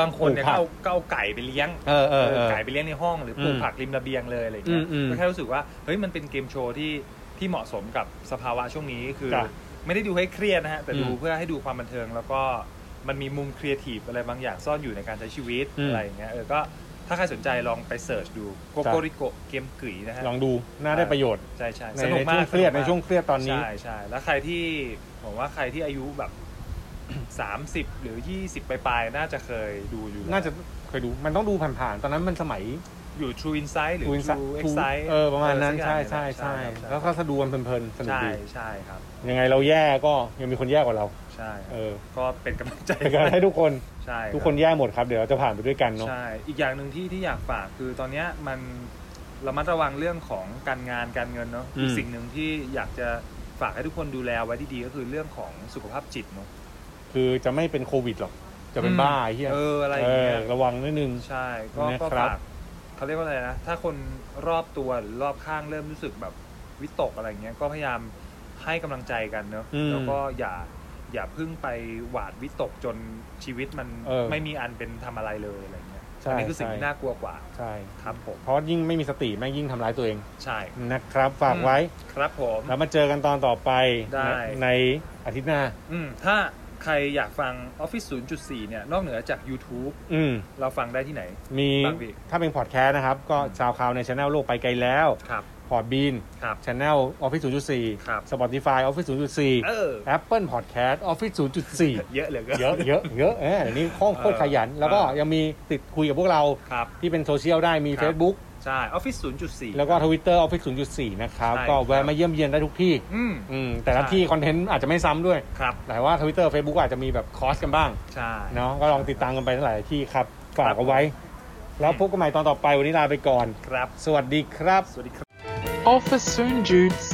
Speaker 3: บางคนเนี่ย
Speaker 2: ปลูกผัก
Speaker 3: ก็เอาก็เอาไก่ไปเลี้ยง
Speaker 2: เออเออเออ
Speaker 3: ไก่ไปเลี้ยงในห้องหรือปลูก
Speaker 2: อืม
Speaker 3: ผักริมระเบียงเลยอะไรอย่างเงี้ย
Speaker 2: อืมอืม
Speaker 3: ก็แค่รู้สึกว่าเฮ้ยมันเป็นเกมโชว์ที่ที่เหมาะสมกับสภาวะช่วงนี้คือ
Speaker 2: จ้ะ
Speaker 3: ไม่ได้ดูให้เครียดนะฮะแต่ดู
Speaker 2: อืม
Speaker 3: เพื่อให้ดูความบันเทิง แล้วก็มันมีมุมครีเอทีฟอะไรบางอย่างซ่อนอยู่ในการใช้ชีวิต
Speaker 2: อืม
Speaker 3: อะไรอย่างเงี้ยเออก็ถ้าใครสนใจลองไปเสิร์ชดูโกโกริโกะเกมกุยนะฮะ
Speaker 2: ลองดูน่าได้ประโยชน์
Speaker 3: ใช่ใช่
Speaker 2: ใน
Speaker 3: สนุก
Speaker 2: ใน
Speaker 3: มา
Speaker 2: ช่ว
Speaker 3: ก
Speaker 2: งเครียด
Speaker 3: ส
Speaker 2: ใน
Speaker 3: กมาก
Speaker 2: ช่วงเครียดตอนนี้
Speaker 3: ใช่ใช่แล้วใครที่ผมว่าใครที่อายุแบบ 30 หรือ 20 ปลายๆน่าจะเคยดูอยู่
Speaker 2: น่าจะเคยดูมันต้องดูผ่านๆตอนนั้นมันสมัย
Speaker 3: อยู่ True Insight หรือ
Speaker 2: ทูนซะ
Speaker 3: True
Speaker 2: ทูน
Speaker 3: Excite
Speaker 2: เออประมาณนั้น
Speaker 3: เออ
Speaker 2: ใช่
Speaker 3: สัก
Speaker 2: ใช่
Speaker 3: อย่า
Speaker 2: ใช่
Speaker 3: งนะ
Speaker 2: แล้วก็สะดวกเพลินๆสนุก
Speaker 3: ใช่
Speaker 2: ดี
Speaker 3: ใช่ครับ
Speaker 2: ยังไงเราแย่ก็ยังมีคนแย่กว่าเรา
Speaker 3: ใช่ครับ
Speaker 2: เออ
Speaker 3: ก็เป็นกำลังใจ
Speaker 2: เป็นกำลังใจให้ทุกคน
Speaker 3: ใช่รับ
Speaker 2: ทุกคนแย่หมดครับเดี๋ยวเราจะผ่านไปด้วยกันเนาะ
Speaker 3: ใช่อีกอย่างหนึ่งที่ที่อยากฝากคือตอนเนี้ยมันระมัดระวังเรื่องของการงานการเงินเนาะ
Speaker 2: อืม
Speaker 3: อีกสิ่งหนึ่งที่อยากจะฝากให้ทุกคนดูแลไว้ดีๆก็คือเรื่องของสุขภาพจิตเนาะ
Speaker 2: คือจะไม่เป็นโควิดหรอก จะเป็นบ้าไอ้เฮีย
Speaker 3: เอออะไรอย่างเงี้ย
Speaker 2: ระวังนิดนึง
Speaker 3: ใช่ก็
Speaker 2: นะ
Speaker 3: ก็
Speaker 2: ครับ
Speaker 3: ฝากเขาเรียกว่าอะไรนะ ถ้าคนรอบตัวหรือรอบข้างเริ่มรู้สึกแบบวิตกอะไรเงี้ย ก็พยายามให้กำลังใจกันเนอะ
Speaker 2: อืม
Speaker 3: แล้วก็อย่าอย่าเพึ่งไปหวาดวิตกจนชีวิตมัน
Speaker 2: เออ
Speaker 3: ไม่มีอันเป็นทำอะไรเลยอะไรเงี้ย
Speaker 2: ใช่
Speaker 3: อันนี้คือสิ่ง
Speaker 2: ใช่
Speaker 3: ที่น่ากลัวกว่า
Speaker 2: ใช่
Speaker 3: ครับผม
Speaker 2: เพราะยิ่งไม่มีสติแม่งยิ่งทำร้ายตัวเอง
Speaker 3: ใช่
Speaker 2: นะครับ ฝากไว้
Speaker 3: ครับผม
Speaker 2: แล้วมาเจอกันตอนต่อไป
Speaker 3: ได้
Speaker 2: ในในอาทิตย์หน้า
Speaker 3: อืมถ้าใครอยากฟัง Office 0.4 เนี่ย นอกเหนือจาก YouTube
Speaker 2: อืม
Speaker 3: เราฟังได้ที่ไหน
Speaker 2: มี
Speaker 3: ฝากดิ
Speaker 2: ถ้าเป็นพอดแคสต์นะครับ ก็
Speaker 3: อืม
Speaker 2: ชาวข่าวในช anel โลกไปไกลแล้ว
Speaker 3: ครับ
Speaker 2: พอดบีน
Speaker 3: ครับ
Speaker 2: ช anel office 0.4
Speaker 3: ครับ
Speaker 2: Spotify office
Speaker 3: เอ
Speaker 2: 0.4
Speaker 3: อ
Speaker 2: Apple podcast office 0.4
Speaker 3: เยอะเหลือเกิน
Speaker 2: เยอะเยอะ เยอะเออเดี๋ยวนี้โคตรขยัน แล้วก็
Speaker 3: เออ
Speaker 2: ยังมีติดคุยกับพวกเรา
Speaker 3: ครับ
Speaker 2: ที่เป็นโซเชียลได้มี
Speaker 3: ครับ
Speaker 2: Facebook
Speaker 3: ใช่ออฟฟิศศูนย์จุดสี่
Speaker 2: แล้วก็ทวิตเตอร์ออฟฟิศ0.4 นะครับ
Speaker 3: ใช่
Speaker 2: ก็แวะมาเยี่ยมเยียนได้ทุกที่
Speaker 3: อืม
Speaker 2: อืมแต่ละ
Speaker 3: ใช่
Speaker 2: ที่คอนเทนต์อาจจะไม่ซ้ำด้วย
Speaker 3: ครับ
Speaker 2: แต่ว่าทวิตเตอร์เฟซบุ๊กอาจจะมีแบบคอร์สกันบ้าง
Speaker 3: ใช่
Speaker 2: เนาะก็ลองติดตามกันไปหลายๆที่ครับ ฝา
Speaker 3: ครั
Speaker 2: ก
Speaker 3: บ
Speaker 2: เอาไว้ แล้วพบกันใหม่ตอนต่อไปวันนี้ลาไปก่อน
Speaker 3: ครับ
Speaker 2: สวัสดีครับ
Speaker 3: สวัสดีครับ
Speaker 1: Officer Jude C.